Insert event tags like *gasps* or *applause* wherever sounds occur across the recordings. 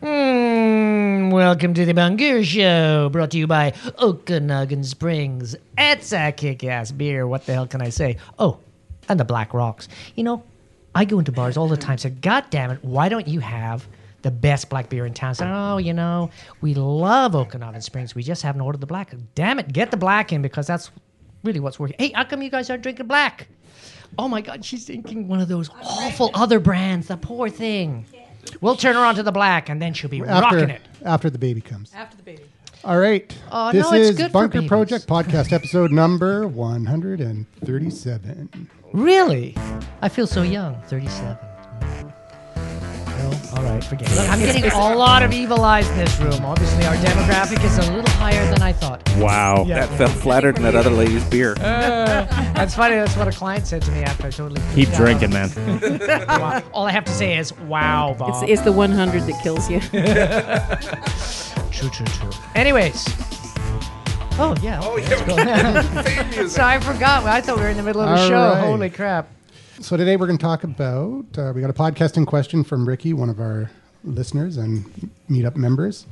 Hmm, welcome to the Bangir Show, brought to you by Okanagan Springs. It's a kick-ass beer. What the hell can I say? Oh, and the Black Rocks. You know, I go into bars all the time. So, God damn it, why don't you have the best black beer in town? So, oh, you know, we love Okanagan Springs. We just haven't ordered the black. Damn it, get the black in because that's really what's working. Hey, how come you guys aren't drinking black? Oh my God, she's drinking one of those awful other brands. The poor thing. We'll turn her onto the black, and then she'll be rocking it. after the baby comes. After the baby. All right. Oh, this no, it's is good for Bunker babies. Project podcast episode number 137. Really? I feel so young. Thirty-seven. No, all right, forget it. Look, I'm getting a lot of evil eyes in this room. Obviously, our demographic is a little higher than I thought. Wow. Yeah. That felt flatter than that other lady's beer. That's funny. That's what a client said to me after I totally. Keep freaked out. drinking, man. Wow. All I have to say is, "Wow, Bob." It's, it's the 100 that kills you. True, true, true. Anyways. *laughs* Oh yeah. Oh *laughs* yeah. so I forgot. I thought we were in the middle of a All show. right. Holy crap. So today we're going to talk about uh, we got a podcasting question from Ricky, one of our listeners and meetup members,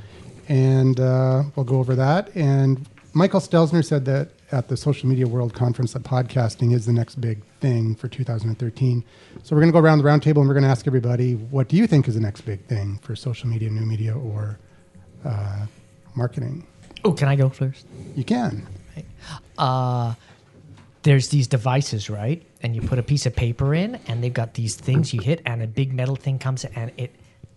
and uh, we'll go over that. And Michael Stelzner said that at the Social Media World Conference that podcasting is the next big thing for 2013. So we're going to go around the roundtable and we're going to ask everybody, what do you think is the next big thing for social media, new media, or uh, marketing? Oh, can I go first? You can. Uh, there's these devices, right? And you put a piece of paper in, and they've got these things you hit, and a big metal thing comes and it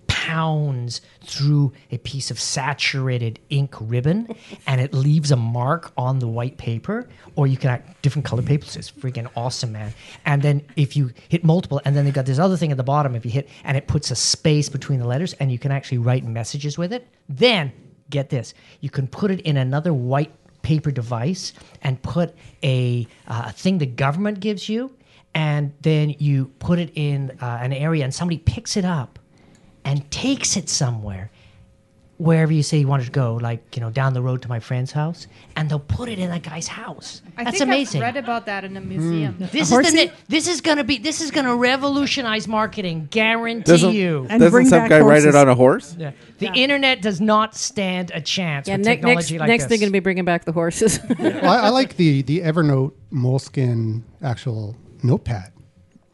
pounds through a piece of saturated ink ribbon and it leaves a mark on the white paper or you can act different color papers it's freaking awesome man and then if you hit multiple and then they've got this other thing at the bottom if you hit and it puts a space between the letters and you can actually write messages with it then get this you can put it in another white paper device and put a uh, thing the government gives you, and then you put it in uh, an area, and somebody picks it up and takes it somewhere, wherever you say you want it to go, like you know down the road to my friend's house, and they'll put it in that guy's house. I That's think amazing. I've read about that in a museum. Hmm. this is the, ne- this is gonna be this is gonna revolutionize marketing, guarantee Doesn't, you. And doesn't bring some back guy ride it horses. on a horse? Yeah. The internet does not stand a chance yeah, with ne- next, technology like next this. they're going to be bringing back the *laughs* horses. well, I, I like the the Evernote Moleskin actual notepad.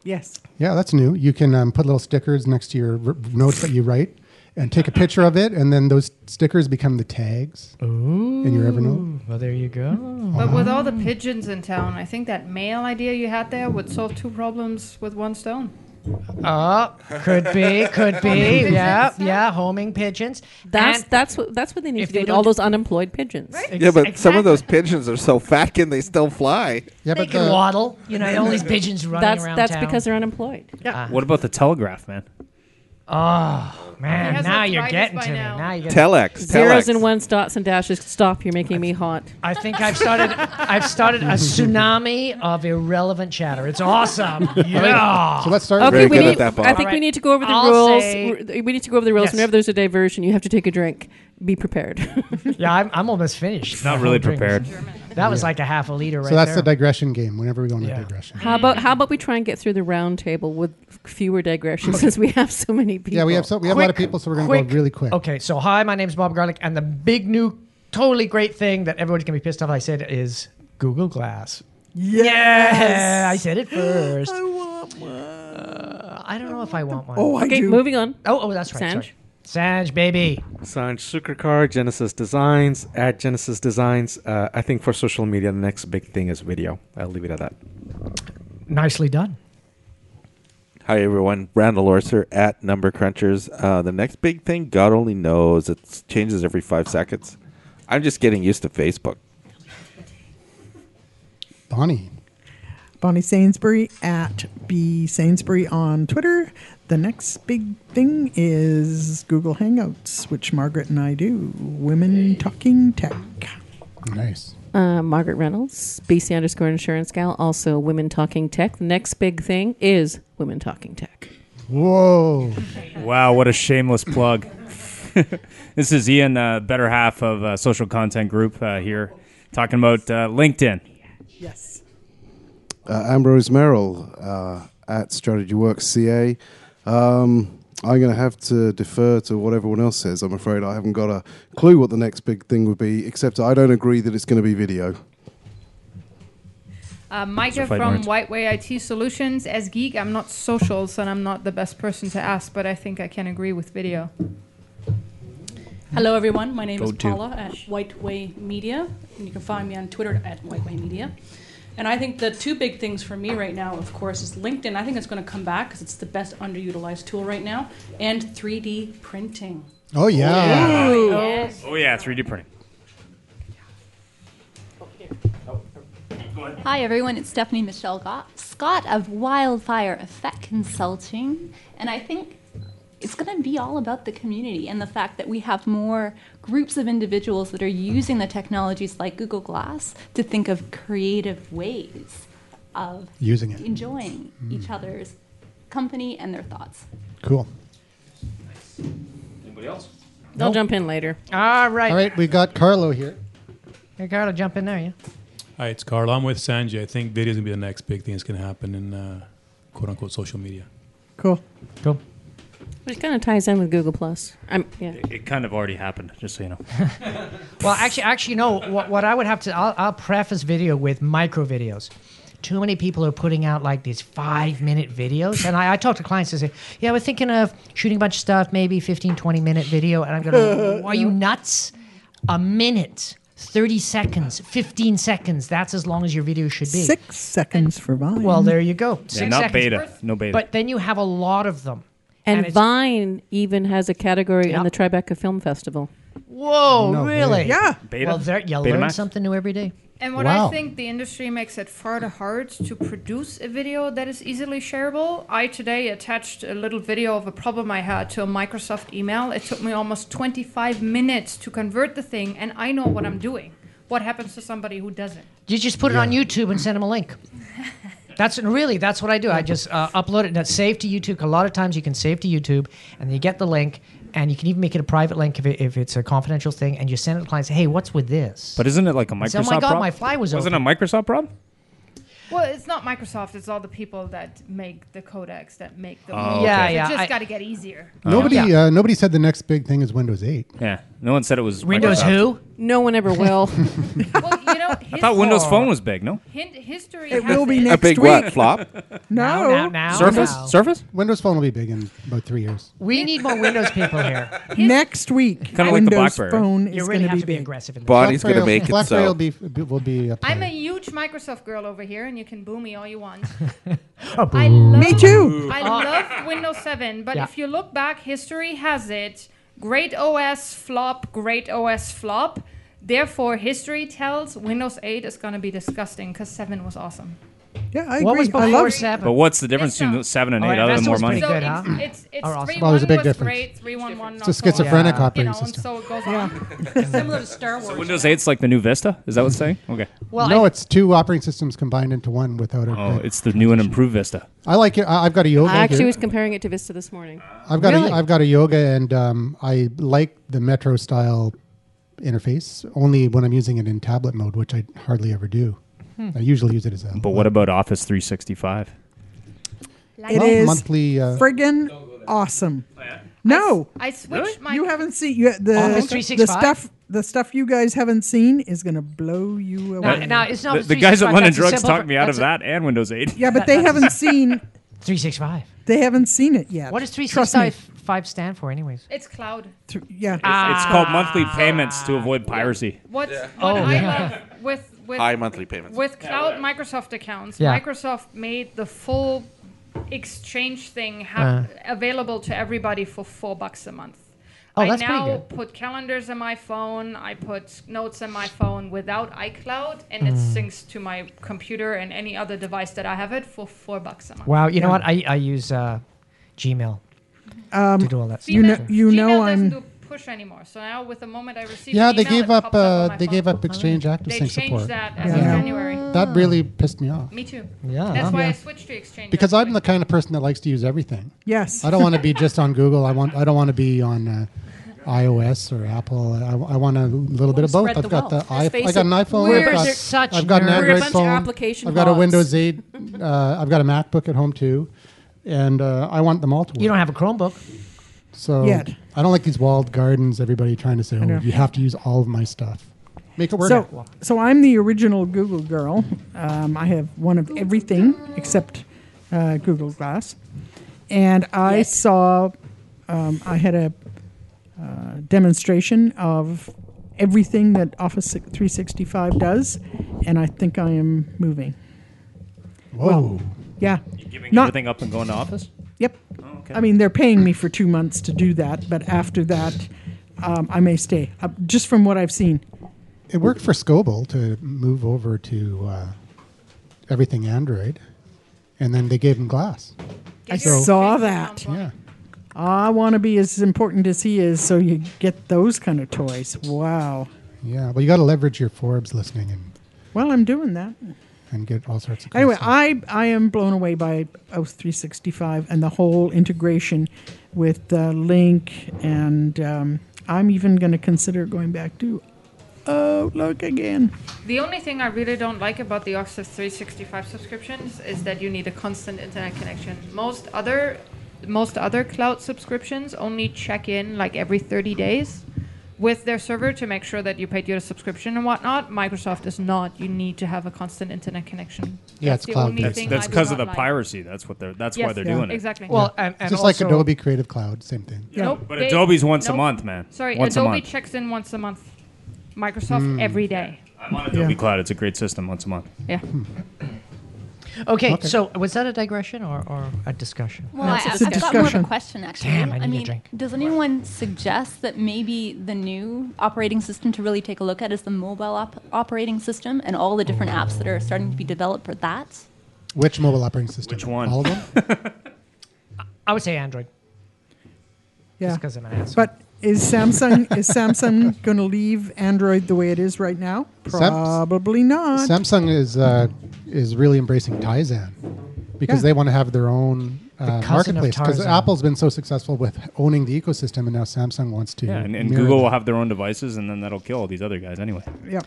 Yes. Yeah, that's new. You can um, put little stickers next to your r- notes that you write and take a picture of it, and then those stickers become the tags in your Evernote. Oh. well, there you go. But with all the pigeons in town, I think that mail idea you had there would solve two problems with one stone. Oh, could be, could *laughs* be. *laughs* pigeons, yeah, yeah. yeah, homing pigeons. that's And- that's what that's what they need If to do they with all don't- those unemployed pigeons. Ex- Yeah, but some exactly. of those pigeons are so fat, can they still fly? Yeah, They but can the- waddle. You know, all these pigeons running That's around that's town. because they're unemployed. Ah. What about the telegraph, man? Man, has now arthritis you're getting by to me. now. Now you're getting. Telex. Zeros telex. and ones, dots and dashes. Stop! You're making me hot. I think *laughs* I've started. I've started a tsunami of irrelevant chatter. *laughs* It's awesome. Yeah. So let's start. Okay, Very with we good need, at that, Bob. I think All we right. need to go over the I'll rules. say- R- we need to go over the rules. Yes. Whenever there's a diversion, you have to take a drink. Be prepared. *laughs* Yeah, I'm, I'm almost finished. Not My really whole drink was- prepared. That was like a half a liter right so that's there. the digression game. Whenever we go on a Yeah. digression, how about how about we try and get through the round table with fewer digressions since we have so many people. yeah, we have so we have a lot of people, so we're going to go really quick. Okay, so hi, my name's Bob Garlic, and the big new, totally great thing that everyone's gonna be pissed off I said is Google Glass. Yes, *laughs* I said it first. I want one. I don't know if I want one. Oh, Okay, moving on. oh, that's right. Sanj? Sorry. Sanj, baby. Sanj Sukrikar, Genesis Designs, at Genesis Designs. Uh, I think for social media, the next big thing is video. I'll leave it at that. Nicely done. Hi, everyone. Randall Orser at Number Crunchers. Uh, the next big thing, God only knows, it changes every five seconds. I'm just getting used to Facebook. Bonnie. Bonnie Sainsbury at B Sainsbury on Twitter. The next big thing is Google Hangouts, which Margaret and I do. Women talking tech. Nice. Uh, Margaret Reynolds, BC underscore insurance gal, also Women Talking Tech. The next big thing is Women Talking Tech. Whoa. Wow, what a shameless plug. *laughs* this is Ian, uh, better half of uh, Social Content Group uh, here, talking about uh, LinkedIn. Yes. uh, Ambrose Merrill uh, at Strategy Works CA. Um, I'm going to have to defer to what everyone else says. I'm afraid I haven't got a clue what the next big thing would be, except I don't agree that it's going to be video. Uh, Micah fighting from words. White Way IT Solutions. As geek, I'm not social, so I'm not the best person to ask, but I think I can agree with video. Hello, everyone. My name Go is to. Paula at White Way Media, and you can find me on Twitter at White Way Media. And I think the two big things for me right now, of course, is LinkedIn. I think it's going to come back because it's the best underutilized tool right now, and 3D printing. Oh yeah. Oh yeah, 3D printing. Hi, everyone. It's Stephanie Michelle Go- Scott of Wildfire Effect Consulting. And I think it's going to be all about the community and the fact that we have more groups of individuals that are using the technologies like Google Glass to think of creative ways of Using it. Mm. enjoying each other's company and their thoughts. Cool. Anybody else? They'll jump in later. All right. All right, we got Carlo here. Hey, Carlo, jump in there, yeah? Hi, it's Carl. I'm with Sanjay. I think video is going to be the next big thing that's going to happen in uh, quote unquote social media. Cool. Cool. Which kind of ties in with Google Plus. I'm yeah. It kind of already happened, just so you know. Well, actually, actually, no. What, what I would have to, I'll, I'll preface video with micro videos. Too many people are putting out like these five minute videos. And I, I talk to clients and say, yeah, we're thinking of shooting a bunch of stuff, maybe 15, 20 minute video. And I'm going, are you nuts? A minute, 30 seconds, 15 seconds. That's as long as your video should be. Six seconds for Vine. Well, there you go. Six not seconds. beta. No beta. But then you have a lot of them. And, it's- Vine even has a category Yeah. in the Tribeca Film Festival. Whoa, No way. really? Yeah. Beta. Well, there, you learn Betamax? something new every day. And what Wow. I think the industry makes it further hard to produce a video that is easily shareable. I today attached a little video of a problem I had to a Microsoft email. It took me almost 25 minutes to convert the thing, and I know what I'm doing. What happens to somebody who doesn't? You just put it on YouTube and send them a link. That's really that's what I do. I just uh, upload it and it's saved to YouTube. A lot of times you can save to YouTube, and you get the link, and you can even make it a private link if, it, if it's a confidential thing, and you send it to clients. Hey, what's with this? But isn't it like a Microsoft? It's, oh my God, prob- my fly was Wasn't it a open. Microsoft problem? Well, it's not Microsoft, it's all the people that make the codecs, that make the. Oh, Yeah, Ah, okay. yeah, It's just I- got to get easier. Nobody, Yeah. uh, nobody said the next big thing is Windows *laughs* 8. Yeah. No one said it was Windows Microsoft. who? No one ever will. well, you know, I thought Windows Phone was big. No. History It has will be it. a next big week. *laughs* what flop? Now, No. now, now, Surface. now. Surface. Windows Phone will be big in about three years. We need more Windows people here. Next week, Kinda like the Windows BlackBerry. Phone You is really going have be to be big. aggressive in this. Bonnie's going to Blackberry- make it BlackBerry so. will be will be up I'm a there. huge Microsoft girl over here, and you can boo me all you want. *laughs* Oh, I boo. love, Me too. I love Windows 7, but Yeah. if you look back, history has it. Great OS flop, great OS flop. Therefore, history tells Windows 8 is going to be disgusting because 7 was awesome. Yeah, I agree. *laughs* What was I before love But seven? Oh, what's the difference between It's seven and All eight right, other that than more sounds money? pretty so good, huh? it's, it's, it's Or awesome. 3 Well, there's a big was difference. great, 3 1 1 It's a schizophrenic Yeah. You operating know, and system. so it goes on. *laughs* Similar to Star *laughs* Wars. Windows 8's like the new Vista. Is that what it's saying? Okay. Well, no, I- it's two operating systems combined into one without a. Oh, it's the new and improved Vista. I like it. I- I've got a yoga. I actually here. was comparing it to Vista this morning. Oh, I've got Really? a, I've got a yoga, and um, I like the Metro style interface only when I'm using it in tablet mode, which I hardly ever do. I usually use it as a But what about Office 365? it. It Well, is monthly. Uh, friggin' awesome. Oh, No, I switched my you haven't seen you, the Office the 365? stuff. The stuff you guys haven't seen is going to blow you now, away. now, it's not The, the guys at London Drugs talked me out of that and Windows 8. yeah, but they haven't seen Three six five. they haven't seen it yet. What does three six Trust me. five Ah. five stand for, anyways? It's cloud. Th- yeah, It's called monthly payments to avoid piracy. What, what Oh, I yeah. love with, *laughs* with High monthly payments. With cloud Microsoft accounts, Yeah. Microsoft made the full exchange thing ha- available to everybody for four bucks a month. Uh. Oh, I that's pretty now good. put calendars in my phone. I put notes in my phone without iCloud, and it Mm. syncs to my computer and any other device that I have it for four bucks a month. Wow, you know what? I, I use uh, Gmail to do all that Um, stuff. you know, Gmail- you know, Gmail I'm doesn't do push anymore. So now, with the moment I receive, yeah, an they email, gave it up. pops on Uh, my they gave phone. Oh, up Exchange They ActiveSync changed support. that as of Yeah. January. That really pissed me off Me too. Yeah. That's why Yeah. I switched to Exchange. because I'm actually. the kind of person that likes to use everything. yes. I don't want to be just on Google. I want. I don't want to be on uh, iOS or Apple. I, I want a little bit of both. spread I've the got wealth. the I, Let's face I got an it, iPhone. we're I've got, such I've got an nerds. We're a Android bunch of phone. application I've got a hogs. Windows 8. Uh, I've got a MacBook at home too, and uh, I want them all to work. You don't have a Chromebook. So Yet. I don't like these walled gardens. Everybody trying to say, I know. "Oh, you have to use all of my stuff." Make it work. So, so I'm the original Google girl. Um, I have one of everything except uh, Google Glass, and I saw um, I had a uh, demonstration of everything that Office 365 does, and I think I am moving. Whoa. yeah, Giving not everything up and going to office? Yep. Oh, okay. I mean, they're paying me for two months to do that, but after that, um, I may stay. Uh, just from what I've seen, It worked for Scoble to move over to uh, everything Android, and then they gave him glass. I So- saw that. Yeah. I want to be as important as he is, so you get those kind of toys. Wow. Yeah, well, you got to leverage your Forbes listening and, Well, I'm doing that. and get all sorts of. cool Anyway, stuff. I, I am blown away by OS 365 and the whole integration with uh, Link, and um, I'm even going to consider going back to Outlook again. The only thing I really don't like about the Office 365 subscriptions is that you need a constant internet connection. Most other most other cloud subscriptions only check in like every 30 days with their server to make sure that you paid your subscription and whatnot. Microsoft is not. You need to have a constant internet connection. That's the only That's thing that's I do because of not the like. piracy. That's what they're. That's why Yes, they're yeah. doing it. Exactly. Well, and- and just like also- Adobe Creative Cloud, same thing. Yeah. Nope, But they- Adobe's once nope. a month, man. Sorry, once Adobe a month. checks in once a month. Microsoft Hmm. Mm. every day. I'm on Adobe Cloud. It's a great system. Once a month. Yeah. Hmm. Okay, Okay. so was that a digression or, or a discussion? Well, I, I've got more of a question actually. Damn, I need mean, a drink. does anyone suggest that maybe the new operating system to really take a look at is the mobile op- operating system and all the different apps that are Oh. starting to be developed for that? Which mobile operating system? Which one? All of them. I would say Android. Yeah. Just 'cause I'm an asshole. But is *laughs* Samsung is Samsung *laughs* going to leave Android the way it is right now? Sam- Probably not. Samsung is uh, is really embracing Tizen because Yeah. they want to have their own The uh, cousin of marketplace. Because Tarzan. Apple's been so successful with owning the ecosystem, and now Samsung wants to. Yeah, and, and mirror Google that. will have their own devices, and then that'll kill all these other guys anyway. Yep.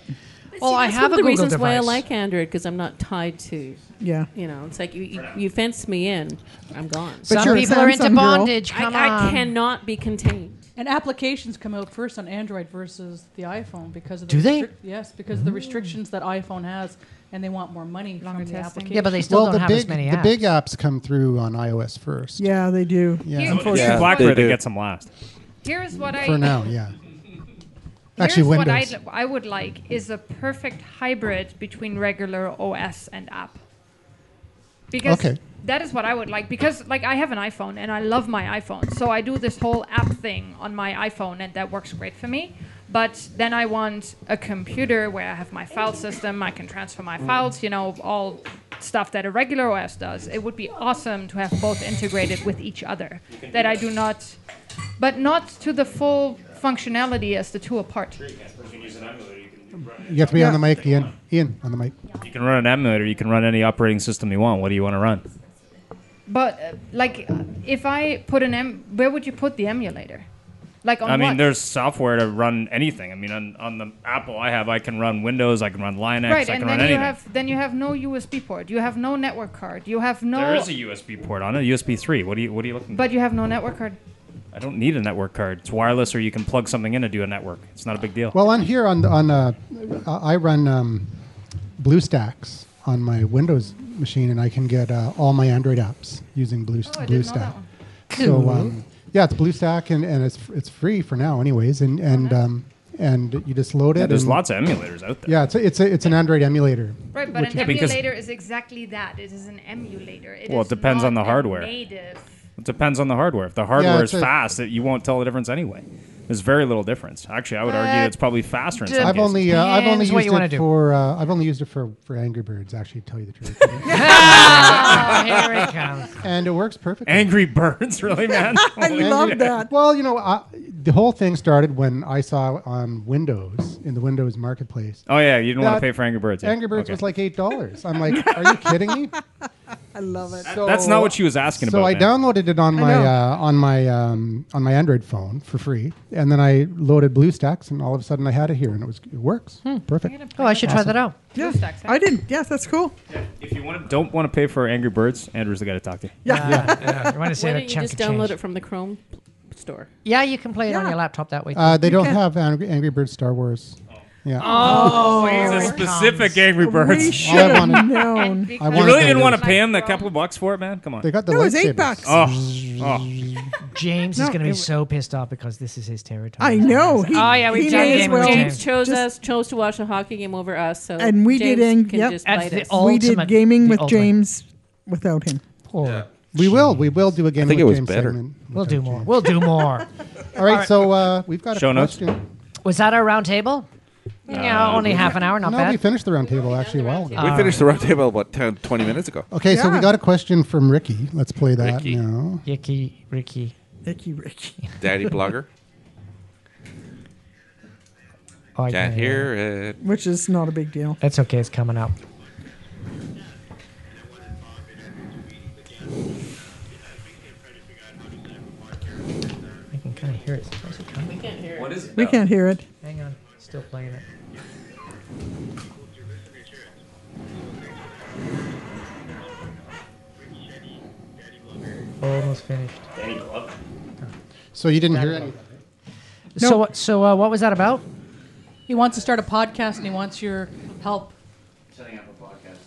Oh, Well, I *laughs* that's have one a of the Google reasons why I device. like Android because I'm not tied to. Yeah. You know, it's like you you, you fence me in, I'm gone. But Some you're a people are into Samsung girl. bondage, I- come I, on. cannot be contained. And applications come out first on Android versus the iPhone because of the Do they? Yes, because of the restrictions that iPhone has, and they want more money from the application. Yeah, but they still well, don't the have big, as many the apps. big apps come through on iOS first. Yeah, they do. Yeah. Here- Unfortunately. It's Yeah, BlackBerry they that do. gets them last. Here's what I For now, yeah. Here's Actually, what Windows. I'd, I would like is a perfect hybrid between regular OS and app. Because Okay. that is what I would like. Because like I have an iPhone and I love my iPhone, so I do this whole app thing on my iPhone, and that works great for me. But then I want a computer where I have my file system, I can transfer my files, you know, all stuff that a regular OS does. It would be awesome to have both integrated with each other. can do That I that. do not, but not to the full functionality as the two apart. You have to be on the mic, Ian. Ian, on the mic. You can run an emulator. You can run any operating system you want. What do you want to run? But uh, like, uh, if I put an em, where would you put the emulator? Like on I mean, what? there's software to run anything. I mean, on, on the Apple I have, I can run Windows, I can run Linux, right, I can and then run you anything. have then you have no USB port, you have no network card, you have no. There is a USB port on it, USB three. What do you What are you looking? but you have no network card. I don't need a network card. It's wireless, or you can plug something in to do a network. It's not a big deal. Well, on here on on uh, I run um, BlueStacks on my Windows machine, and I can get uh, all my Android apps using Blue I didn't know BlueStack. that So Cool. um, yeah, it's BlueStack, and, and it's it's free for now, anyways, and and um, and you just load it. Yeah, there's and- lots of emulators out there. Yeah, it's a, it's a, it's an Android emulator. Right, but which- an Yeah, because- emulator is exactly that. It is an emulator. It well, is it depends on not the a hardware. Native. It depends on the hardware. If the hardware Yeah, is it's a- fast, it, you won't tell the difference anyway. There's very little difference. Actually, I would argue That it's probably faster. In some I've cases. only uh, I've only Depends what used you wanna it do. for uh, I've only used it for for Angry Birds. Actually, to tell you the truth, Ah, here it comes. and it works perfectly. Angry Birds, really, *laughs* man. Holy shit. Well, you know, I, the whole thing started when I saw on Windows in the Windows Marketplace. Oh yeah, you didn't want that to pay for Angry Birds. yeah. Angry Birds Okay. was like eight dollars. I'm like, are you kidding me? I love it. That's not what she was asking So about. I man. downloaded it on I my know. uh, on my um, on my Android phone for free, and then I loaded BlueStacks, and all of a sudden I had it here, and it was it works perfect. Oh, I should try that out. Yeah, I did. Yes, that's cool. If you want, don't want to pay for Angry Birds, Andrew's the guy to talk to. Yeah. yeah. You want to say Why that don't you chunk just of change. download it from the Chrome store. Yeah, you can play it on your laptop that way. Uh, they You don't can. have Angry, Angry Birds Star Wars. Yeah. Oh, it's a specific Angry Birds. should've I wanted- known. I you wanted really to- didn't want to pay him that couple bucks for it, man. Come on. They got the No, it was eight bucks. lightsabers. Oh, *laughs* oh. James is No, going to it be w- so pissed off because this is his territory. I know. He- oh yeah, we he did may as Game well of James James. chose us, chose to watch a hockey game over us. So and we James did ang- can yep. just bite us. the we did ultimate- gaming the with ultimate. James without him. We will. We will do a game. I think with it was James better. Segment. We'll do more. We'll *laughs* do more. All right. So uh, we've got Show a notes? question. Was that our round table? no, only half an hour. Not no, we bad. finished the roundtable actually a while ago. *laughs* Uh, Uh, we finished the Uh, roundtable about 10, 20 minutes ago. Okay, so we Yeah. got a question from Ricky. Let's play that Ricky. now. Ricky, Ricky. Icky Ricky. *laughs* Daddy blogger. Oh, I Can't can't hear it. Which is not a big deal. That's okay. It's coming up. I can kind of hear it. Where's it coming? What is it? We can't hear it. Hang on. Still playing it. Almost finished. So you didn't hear any. So what? So uh, what was that about? He wants to start a podcast and he wants your help.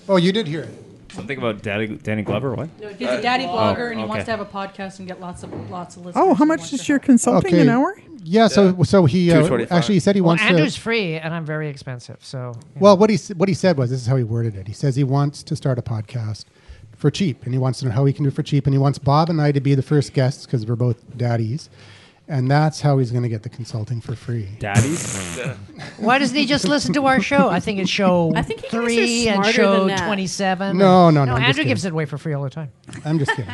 Oh, you did hear it. Something about Daddy, Danny Glover. What? Oh, No, he's a daddy Oh, blogger and he okay. wants to have a podcast and get lots of lots of listeners. Oh, how He much wants is to your help. consulting an hour? Yeah. So so he uh, 2:25. actually he said he Well, wants Andrew's to. free, and I'm very expensive. So you Well, what he s- what he said was this is how he worded it. He says he wants to start a podcast for cheap, and he wants to know how he can do it for cheap, and he wants Bob and I to be the first guests because we're both daddies, and that's how he's going to get the consulting for free. Daddies. know. why doesn't he just listen to our show? I think it's show I think you guys are three and smarter show than that. *laughs* twenty-seven. No, no, no, No, I'm just Andrew kidding. gives it away for free all the time, I'm just *laughs* kidding.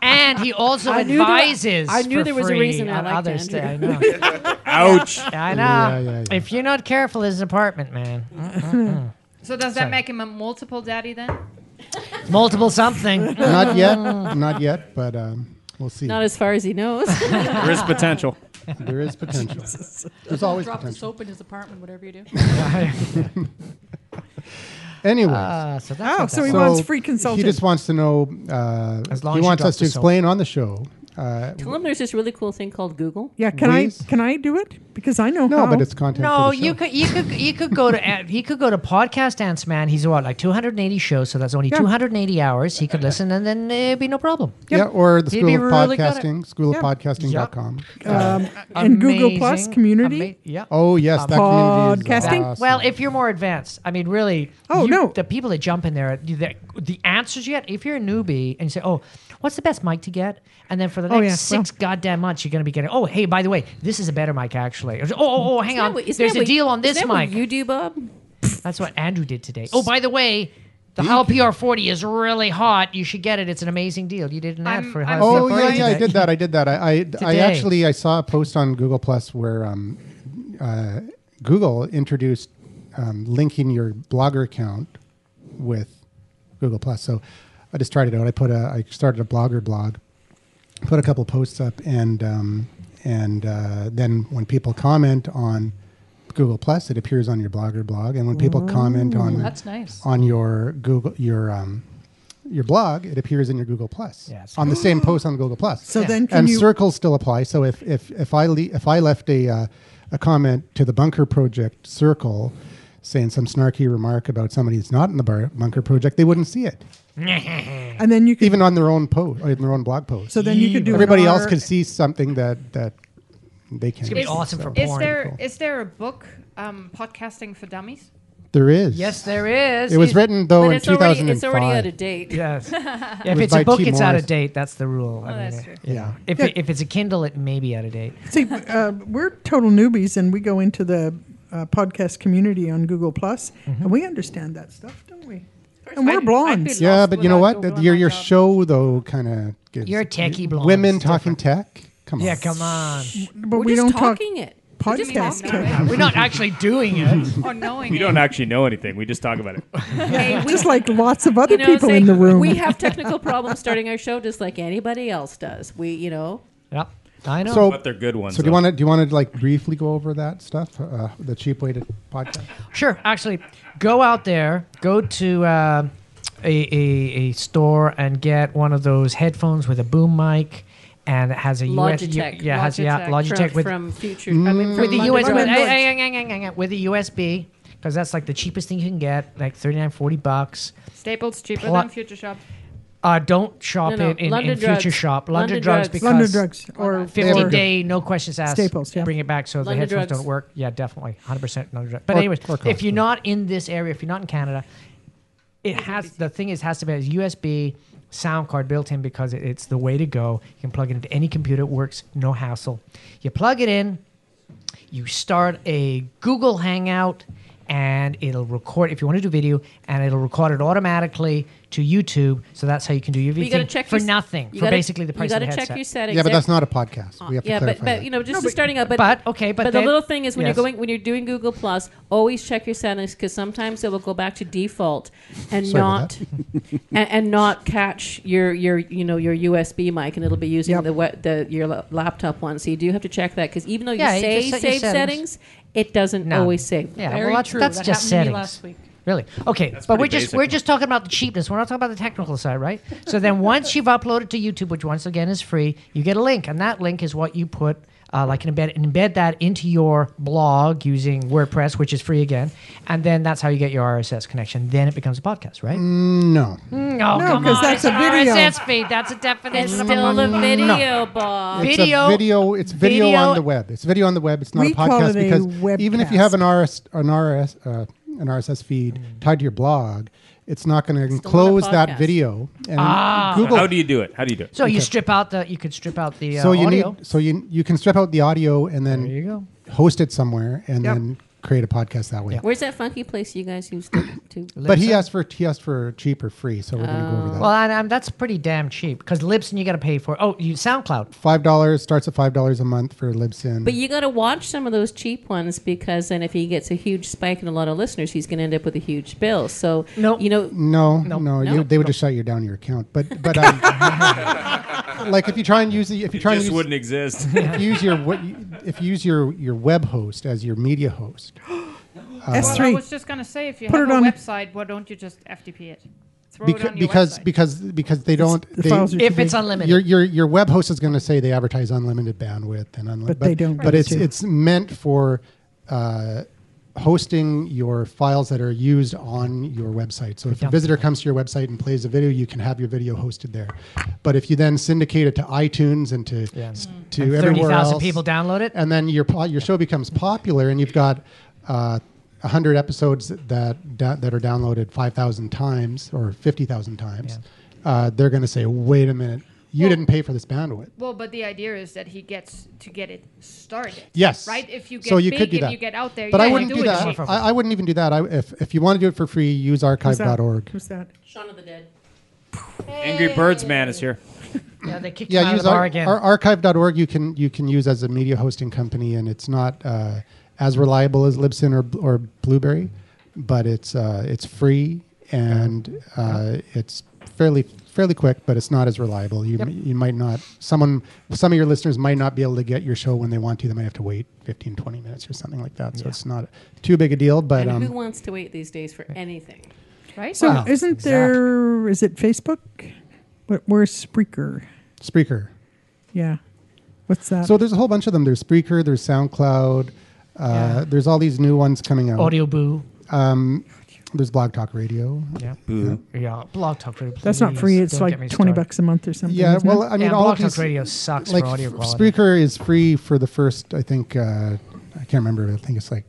and he also I knew there- advises. I knew for there was a free reason I on liked others. to- I Andrew. know. *laughs* Ouch. I know. Yeah, yeah, yeah. If you're not careful, there's an apartment, man. So does that make him a multiple daddy then? Multiple something. not yet, not yet, but um, we'll see. Not as far as he knows. there is potential. there is *laughs* potential. There's always Drop the potential. soap in his apartment, whatever *laughs* you do. Anyways. Uh, so that's Oh, what so that he was. wants free consulting. He just wants to know. Uh, As long he as you wants drop us to the soap. explain on the show. Uh, Tell him there's this really cool thing called Google. Yeah, can Ways? I can I do it? Because I know no, how. but it's content. *laughs* for No, the show. you could you could you could go to ad- he could go to podcast ants man. He's what like 280 shows, so that's only Yeah. 280 hours. He could listen, and then it'd be no problem. Yeah, or the He'd School be of really good at- Podcasting, School Yeah. of Podcasting.com. um, and Google Plus Amazing, community. ama- yeah. Oh yes, that community is Podcasting? awesome. Well, if you're more advanced, I mean, really. Oh, you- no. The people that jump in there, the, the answers yet. If you're a newbie and you say, "Oh, what's the best mic to get?" and then for the next Oh, yeah, six goddamn months, you're going to be getting, "Oh, hey, by the way, this is a better mic actually." Or, oh, oh, oh, hang Isn't on, that what- isn't there's that a what- deal on this isn't that what mic. you do, Bob? *laughs* That's what Andrew did today. Oh, by the way. The HalPR 40 is really hot. You should get it. It's an amazing deal. You did an ad I'm- for I'm HalPR oh 40. yeah, yeah, I today. did that. I did that. I I, I Today. actually I saw a post on Google Plus where um, uh, Google introduced um, linking your Blogger account with Google Plus. So I just tried it out. I put a I started a Blogger blog, put a couple posts up, and um, and uh, then when people comment on Google Plus, it appears on your Blogger blog, and when people comment on That's nice. on your Google your um, your blog, it appears in your Google Plus Yes. on the same post on Google Plus. So then can and you- circles still apply. So if if if I le- if I left a uh, a comment to the Bunker Project circle, saying some snarky remark about somebody that's not in the bar- Bunker Project, they wouldn't see it *laughs* and then you could even on their own post or in their own blog post. so then you could do an everybody else hour- could see something that that they can. It's gonna be awesome for Is porn. there is there a book, um, podcasting for dummies? There is. Yes, there is. It was written though but in it's already 2005. it's already out of date. *laughs* Yes. Yeah, was if it's by a book, T. it's out Morris. of date. That's the rule. I Oh, mean, that's uh, true. yeah. If, it, if it's a Kindle, it may be out of date. See, uh, we're total newbies, and we go into the uh, podcast community on Google Plus, Mm-hmm. and we understand that stuff, don't we? And we're I'd- I'd blondes. be- Yeah, lost but you know without what? doing your my your job. show though kind of gives You're techie *laughs* blonde. women It's talking tech. Come on. Yeah, come on. but We're we just don't talk talking it. We're just podcast talking tech. it. We're not actually *laughs* doing it. Or knowing We it? don't actually know anything. We just talk about it. just like lots of other You know, it's people in the like, room. We have technical problems starting our show, just like anybody else does. We, you know, Yep. I know. So, But they're good ones. so do you want to do you want to like briefly go over that stuff? Uh, the cheap way to podcast. Sure. Actually, go out there, go to uh, a, a, a store and get one of those headphones with a boom mic and has a US Logitech. yeah has Logitech yeah Logitech from- with from Future- I Mm. mean, from with the London US with, Drugs. ay, ay, ay, ay, ay, ay, with the USB because that's like the cheapest thing you can get like 39 40 bucks Staples cheaper Pla- than Future Shop. uh, don't shop No, no, it in, in London future Drugs. shop. London, London drugs Drugs. because London Drugs or- fifteen or- day no questions asked. Staples, yeah. Bring it back so the London headphones Drugs. don't work. Yeah, definitely, hundred percent London Drugs. But Or- anyways, or if Costco. you're not in this area, if you're not in Canada, it has the thing is has to be a USB sound card built in because it- it's the way to go. You can plug it into any computer, it works, no hassle. You plug it in, you start a Google Hangout and it'll record if you want to do video and it'll record it automatically to YouTube. So that's how you can do your But video you got to check for your, nothing You for gotta, basically the price You got to of the check headset. your settings. Yeah, but that's There- not a podcast. We have to yeah, clarify but, that. but you know, just No, to but- starting out. But, but, okay, but the then- little thing is when Yes. you're going when you're doing Google Plus, always check your settings because sometimes it will go back to default and Sorry about not and, and not catch your your you know your USB mic and it'll be using the we- the your la- laptop one. So you do have to check that because even though you Yeah, you say just set your save settings. settings. it doesn't No. always save. Um, Yeah, well, that's, that's just settings. Really? Okay, That's but pretty we're just basic. we're just talking about the cheapness. We're not talking about the technical side, right? So then once you've uploaded to YouTube, which once again is free, you get a link, and that link is what you put. Uh, like an embed, embed that into your blog using WordPress, which is free again, and then that's how you get your RSS connection. Then it becomes a podcast, right? Mm, no. No, No, come 'cause on, that's it's a video. an RSS feed. That's a definition It's of still the podcast. video, No. Bob. It's Video- a video. oh, It's video, on the web. It's video on the web. It's not We a call podcast it a because even if you have webcast. an RS, an RS, uh, an RSS feed tied to your blog, it's not going to enclose that podcast. video. And Ah. Google. How do you do it? How do you do it? So you Okay. strip out the, you could strip out the uh, so you audio. need. So you you can strip out the audio and then There you go. host it somewhere and Yep. then create a podcast that way. Where's that funky place you guys used to? to But he asked for he asked for cheap or free, so we're going to go over that. Well, and, and that's pretty damn cheap because Libsyn you got to pay for. Oh, you SoundCloud. Five dollars starts at five dollars a month for Libsyn. But you got to watch some of those cheap ones because then if he gets a huge spike in a lot of listeners, he's going to end up with a huge bill. So you know, No, no, No. You, they would just shut you down your account. But but um, *laughs* like if you try and use the if you It try just and use, wouldn't exist. *laughs* if you use your we- if you use your your web host as your *gasps* media host. uh, Well, I was just gonna say, if you Put have it a on- website, why don't you just FTP it? Throw it Beca- on your because website. because because they don't the they, files are If too it's big. unlimited. your, your your web host is going to say they advertise unlimited bandwidth and unlimited But they don't but need it's to. it's meant for uh, hosting your files that are used on your website so if a don't visitor comes to your website and plays a video you can have your video hosted there but if you then syndicate it to iTunes and to Yeah. Mm-hmm. s- Mm. to And everywhere 30,000 else people download it and then your po- your show becomes popular and you've got uh, 100 episodes that da- that are downloaded 5,000 times or 50,000 times, uh, they're going to say, "Wait a minute, you didn't pay for this bandwidth." Well, but the idea is that he gets to get it started. Yes, Right. If you get so you big could do and that. you get out there, but you I can wouldn't do, do it that. cheap. I, I wouldn't even do that. I, if if you want to do it for free, use archive.org. Who's that? Shaun of the Dead. Angry Birds Man is here. Yeah, they kicked Yeah, use ar- ar- archive.org. You can you can use as a media hosting company, and it's not uh, as reliable as Libsyn or or Blueberry, but it's uh, it's free and uh, it's fairly fairly quick, but it's not as reliable. You Yep. you might not someone some of your listeners might not be able to get your show when they want to. They might have to wait 15, 20 minutes or something like that. So it's not too big a deal, but and um, who wants to wait these days for anything, right? So isn't there? Is it Facebook? Where- Where's Spreaker? Spreaker. Yeah. What's that? So there's a whole bunch of them. There's Spreaker, there's SoundCloud, uh, Yeah. there's all these new ones coming out. Audio Boo. Um, there's Blog Talk Radio. Yeah. Boo. Yeah, Blog Talk Radio. That's not please, free. It's don't like get me 20 started. bucks a month or something. Yeah, isn't well, it? I mean, Yeah, all Blog of these, Talk Radio sucks like, for audio f- quality. Spreaker is free for the first, I think, uh, I can't remember, but I think it's like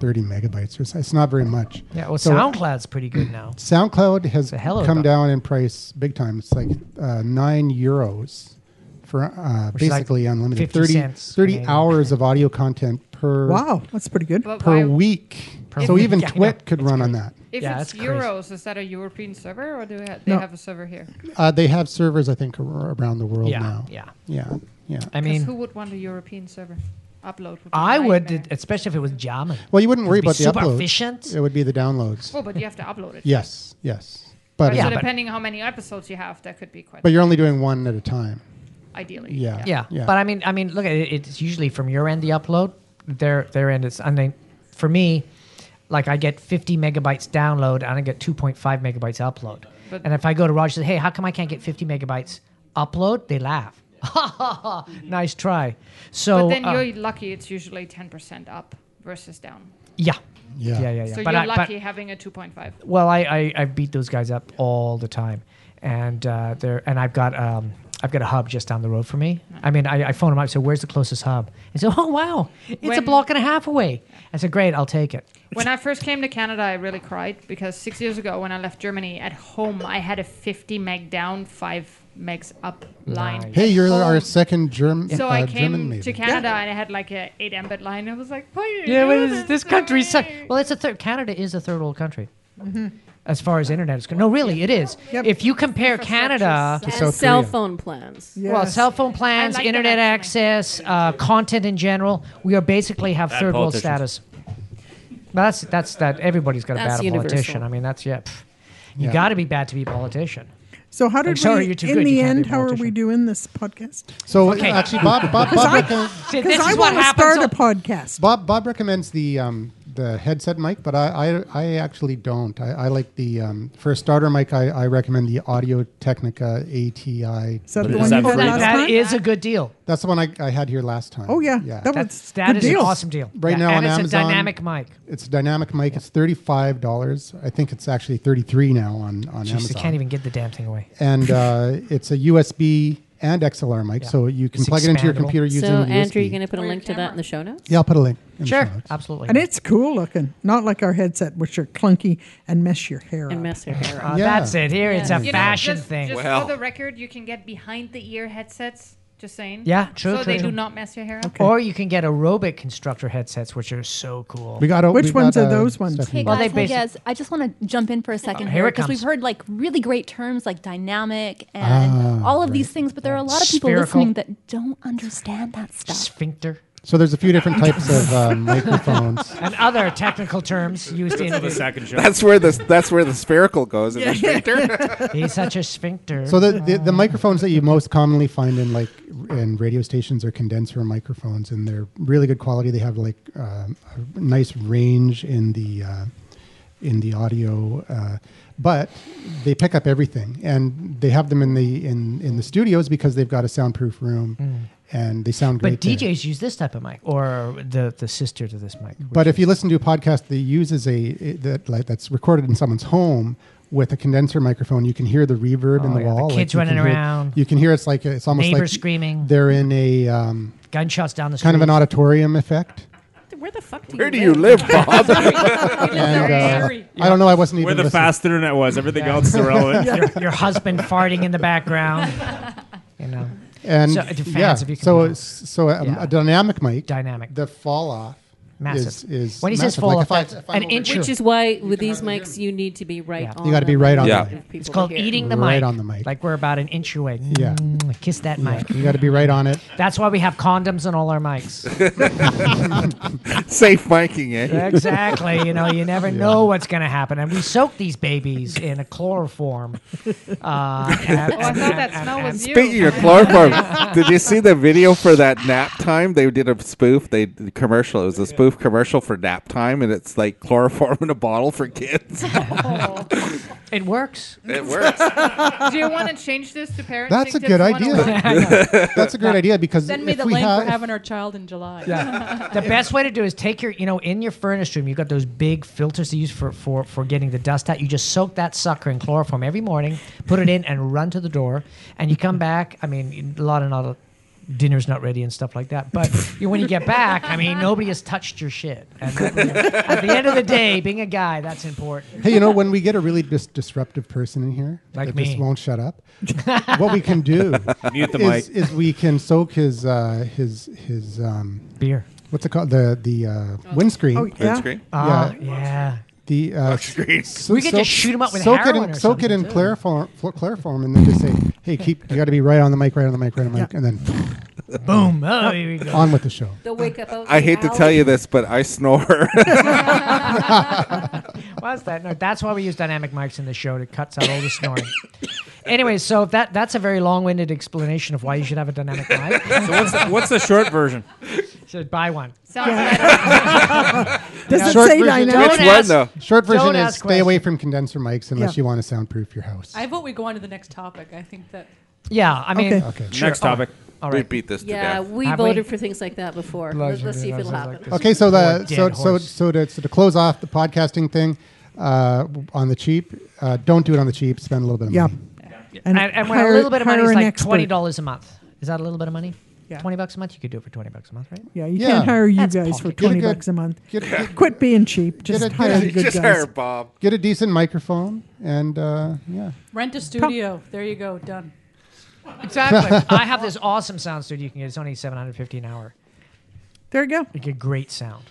30 megabytes or so. It's not very much. Mm-hmm. Yeah, well, So- SoundCloud's pretty good now. *clears throat* SoundCloud has It's a hell of a come bu- down in price big time. It's like uh, nine euros for uh, Which is like basically unlimited 50 30, cents 30 Canadian. hours of audio content per Wow, that's pretty good. But per why- week. Per so week. even Yeah, I know. Twit could run on that. If Yeah, it's that's crazy. euros, is that a European server, or do they, ha- they No. have a server here? Uh, they have servers, I think, ar- around the world Yeah, now. yeah. yeah, yeah. 'Cause who would want a European server? Upload. Would be I would, nightmare. especially if it was German. Well, you wouldn't It'd worry be about the super uploads. efficient. It would be the downloads. Well, Oh, but you have to upload it. Yes, yes. But But so depending how many episodes you have, that could be quite. but you're only doing one at a time. ideally. *laughs* Yeah, Yeah. yeah. But I mean, I mean, look at it. It's usually from your end the upload. Their their end is. I mean, for me, like I get 50 megabytes download and I get 2.5 megabytes upload. But- and if I go to Roger, and say, hey, how come I can't get 50 megabytes upload? They laugh. Ha ha ha! Nice try. So but then uh, you're lucky; it's usually ten percent up versus down. yeah. Yeah, yeah, yeah. So but you're I, but- lucky having a two point five. well, I, I I beat those guys up all the time, and uh, they're and I've got um I've got a hub just down the road from me. Mm. I mean, I, I phone them up. So where's the closest hub? And so, oh wow, it's a When- block and a half away. I said, great, I'll take it. When I first came to Canada, I really cried because six years ago, when I left Germany, at home I had a 50 meg down, five megs up line. Hey, at you're home. our second Germ, So uh, I German came maiden. to Canada and I had like a eight ambit line. I was like, what? Yeah, well, this, this country sucks. Well, it's a third. Canada is a third world country. As far as internet is concerned, no, really, it is. If you compare Canada and cell phone plans. Well, cell phone plans, internet access, uh, content in general, we are basically have Bad third world politicians. status. Well, that's that's that everybody's got to That's bat a universal. politician. I mean, that's yeah. pff, you Yeah. got to be bad to be a politician. So how Like, did sorry, we? you're too in good, you the can't be a end, how are politician. we doing this podcast? So uh, actually, Bob, *laughs* Bob, Because I, Bob, recom- See, because this I is what want to happens start a podcast. Bob, Bob recommends the um, the headset mic, but I I, I actually don't. I, I like the um, for a starter mic. I, I recommend the Audio Technica ATI. Is that the one you had last That time? is a good deal. That's the one I, I had here last time. Oh, yeah. That That's- was That- that good is an deals. awesome deal. Right Yeah, now and on it's a Amazon, dynamic mic. It's a dynamic mic. It's thirty five dollars. I think it's actually thirty three now on on Jeez, Amazon they can't even get the damn thing away. and uh, it's a USB and XLR mic, Yeah. so you can It's plug it into your expandable. computer using so, USB. Andrew, you're going to put a link to that in the show notes? yeah, I'll put a link. in the Sure, show notes. absolutely. And it's cool looking, not like our headset, which are clunky and mess your hair up. And mess your hair up. Yeah. Uh, That's it. Here, it's a You know, fashion just, thing. Just Well. for the record, you can get behind the ear headsets. Just saying. Yeah, true. So true, they true. do not mess your hair up. Or you can get aerobic constructor headsets, which are so cool. We got a- Which we got ones are a- those ones? Hey Stephanie. Well, they guys, hey basi- guys, I just want to jump in for a second Oh, here here it because we've comes. heard like really great terms like dynamic and Ah, all of these things, but there are a lot of people Spherical. listening that don't understand that stuff. Sphincter. So there's a few different types of uh, *laughs* microphones. and other technical terms used in That's where the that's where the spherical goes. in the *laughs* He's such a sphincter. So *laughs* the, the the microphones that you most commonly find in like r- in radio stations are condenser microphones, and they're really good quality. They have like um a nice range in the uh, in the audio, uh, but they pick up everything, and they have them in the in in the studios because they've got a soundproof room, and they sound great. but there. DJs use this type of mic or the the sister to this mic. But if you listen to a podcast that uses a that like that's recorded in someone's home with a condenser microphone, you can hear the reverb in Oh, the yeah, the wall. kids you can running hear- around. You can hear it's like it's almost Neighbors like screaming. They're in a um, Gunshots down the street. kind of an auditorium effect. Where the fuck do *laughs* Where do you live, *laughs* *laughs* Bob? And, uh, I don't know. I wasn't even. Where the listening. fast internet was, everything else is *laughs* irrelevant. your, your husband farting in the background. You know. And so, uh, fans, yeah, if you can so help. it's- so a, a dynamic mic. Dynamic. The fall off. Massive. Is, is When he says massive. Like fall off, if I- that's if I'm an over- inch. Which is why with these mics, you need to be right on. You got to be them. right on. Yeah. The mic. It's called eating the mic. Right on the mic. Like we're about an inch away. Yeah. Mm, kiss that Yeah, mic. You got to be right on it. That's why we have condoms on all our mics. *laughs* Safe miking, eh? exactly. You know, you never know what's going to happen. And we soak these babies in a chloroform. *laughs* Uh, and- Oh, I thought that and- smell and- was you. Speaking of *laughs* chloroform, did you see the video for that nap time? They did a spoof. They did a commercial. It was a spoof commercial for nap time, and it's like chloroform in a bottle for kids. It works. It works. *laughs* *laughs* Do you want to change this to parents? That's a good *laughs* idea. That's a great idea because Send me if the we link have for having our child in July. *laughs* Yeah. the best way to do is take your, you know, in your furnace room, you've got those big filters to use for, for, for getting the dust out. You just soak that sucker in chloroform every morning, put it in, and run to the door. And you come back. I mean, a lot of not, dinner's not ready and stuff like that. But you, when you get back, I mean, nobody has touched your shit. And that- at the end of the day, being a guy, that's important. hey, you know, when we get a really dis- disruptive person in here Like that me. just won't shut up, what we can do *laughs* Mute the is, mic. is we can soak his uh, his his um, beer. What's it called? The the uh, windscreen. Oh, yeah. Windscreen? Ah, yeah. The uh, We could just shoot 'em up with soak heroin it in, or soak it in something, too. chloroform, fl- chloroform, and then just say, "Hey, keep you got to be right on the mic, right on the mic, right on the mic," and then Boom. *laughs* Oh, here we go. on with the show. They'll wake up. out I the hate to alley. tell you this, but I *laughs* snore. *laughs* *laughs* Why's that? No, that's why we use dynamic mics in the show. It cuts out all the *laughs* snoring. anyway, so that that's a very long-winded explanation of why you should have a dynamic mic. *laughs* So what's the, *laughs* what's the short version? so buy one. *laughs* Sounds better. Does it say dynamic? Which Don't one, ask- though? Short version Don't is ask stay away from condenser mics unless Yeah. you want to soundproof your house. I vote we go on to the next topic. I think that Yeah, I mean, Okay. Okay. sure. Next topic. Oh, All We right. beat this to Yeah, death. we Have we? voted for things like that before. Let's, let's see if it'll happen. Okay, so the dead so so horse. so to, so to close off the podcasting thing uh, on the cheap, uh, don't do it on the cheap. Spend a little bit of Yeah. money. *laughs* And, and when a little bit of money is hire an like expert. twenty dollars a month. Is that a little bit of money? Yeah. Twenty bucks a month. You could do it for twenty bucks a month, right? Yeah, you can't hire you guys for Get a twenty good- bucks a month. get- get- Quit being cheap. Get Just a- hire the good guys. Bob. Get a decent microphone and uh, yeah. Rent a studio. There you go. Done. Exactly. *laughs* *laughs* I have this awesome sound studio. You can get it's only seven hundred fifty an hour. There you go. You get great sound.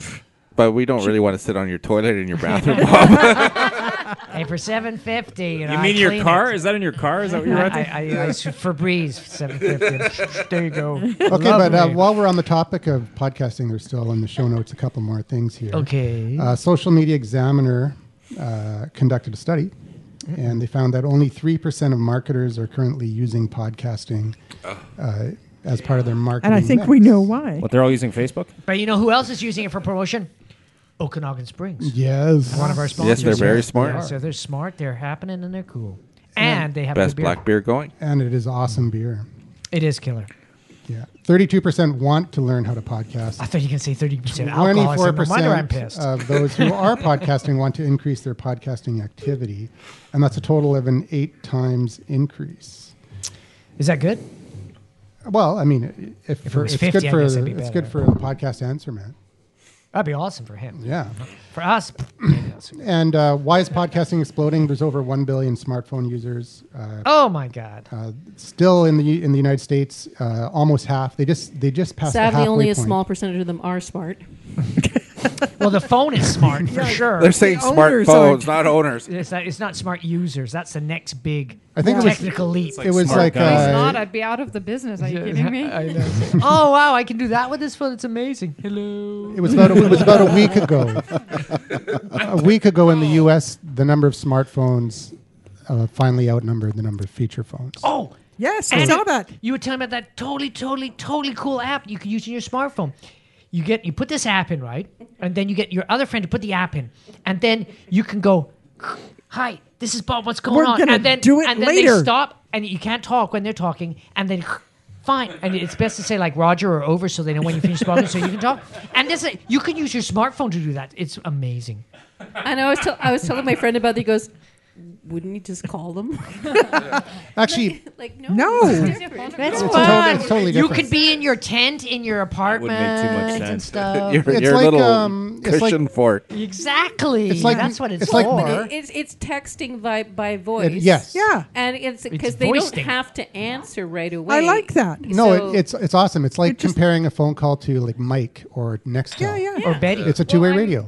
But we don't really want to sit on your toilet in your bathroom, Bob. hey, for seven fifty, you, know, You I mean your clean car? It. Is that in your car? Is that what you're I, renting? I, I, I Febreze seven *laughs* fifty. There you go. Okay, *laughs* Okay, but uh, while we're on the topic of podcasting, there's still in the show notes a couple more things here. Okay. Uh, Social Media Examiner uh, conducted a study, and they found that only 3% of marketers are currently using podcasting uh, as part of their marketing. mix. What they're all using Facebook. But you know who else is using it for promotion? Okanagan Springs. Yes. One of our Yes, sponsors. they're very Yeah, smart. so they're smart, they're happening, and they're cool. And they have Best good beer. black beer going. And it is awesome beer. It is killer. Yeah. 32% want to learn how to podcast. I thought you can say 30% alcohol. I said, No wonder I'm *laughs* pissed. of those who are podcasting want to increase their podcasting activity, and that's a total of an eight times increase. Is that good? Well, I mean, if, If it for, was it's 50, good I for guess it'd be it's better. good for the podcast answer man. *laughs* That'd be awesome for him. Yeah. For us, *clears throat* And uh, why is podcasting exploding? There's over one billion smartphone users. Uh, oh my God. Uh, still in the in the United States, uh, almost half. They just they just passed. the Sadly, halfway only a point. small percentage of them are *laughs* smart. well, the phone is smart *laughs* for sure. They're saying The owners smartphones, aren't- not owners. It's not, it's not smart users. That's the next big I think it was- technical leap. it was like, If uh, not, I'd be out of the business. Are you kidding *laughs* me? I know. oh wow, I can do that with this phone. It's amazing. Hello. It was about a, it was about a week ago. a week ago in the U.S., the number of smartphones uh, finally outnumbered the number of feature phones. Oh. Yes, I saw that. You were telling me about that totally, totally, totally cool app you can use in your smartphone. You get you put this app in, right? And then you get your other friend to put the app in. And then you can go, Hi, this is Bob, what's going We're on? gonna and then do it and then later. they stop and you can't talk when they're talking and then fine. And it's best to say like Roger or over so they know when you finish talking so you can talk. And this is- you can use your smartphone to do that. It's amazing. And I was, tell I was telling my friend about it. He goes, wouldn't you just call them? Actually, *laughs* like, no. No. it's different. *laughs* That's It's fun. totally- it's totally you different. could be in your tent in your apartment *laughs* and stuff. Your, It's your like, little um, it's like- cushion fort. Exactly. It's like- That's what it's, it's like- for. But it- it's it's texting by by voice. yes. Yeah. And it's because It's they don't voicing. have to answer right away. like that. No, So- it, it's it's awesome. It's like comparing a phone call to like Mike or Nextel. Yeah, yeah. Or Betty. It's a two-way radio.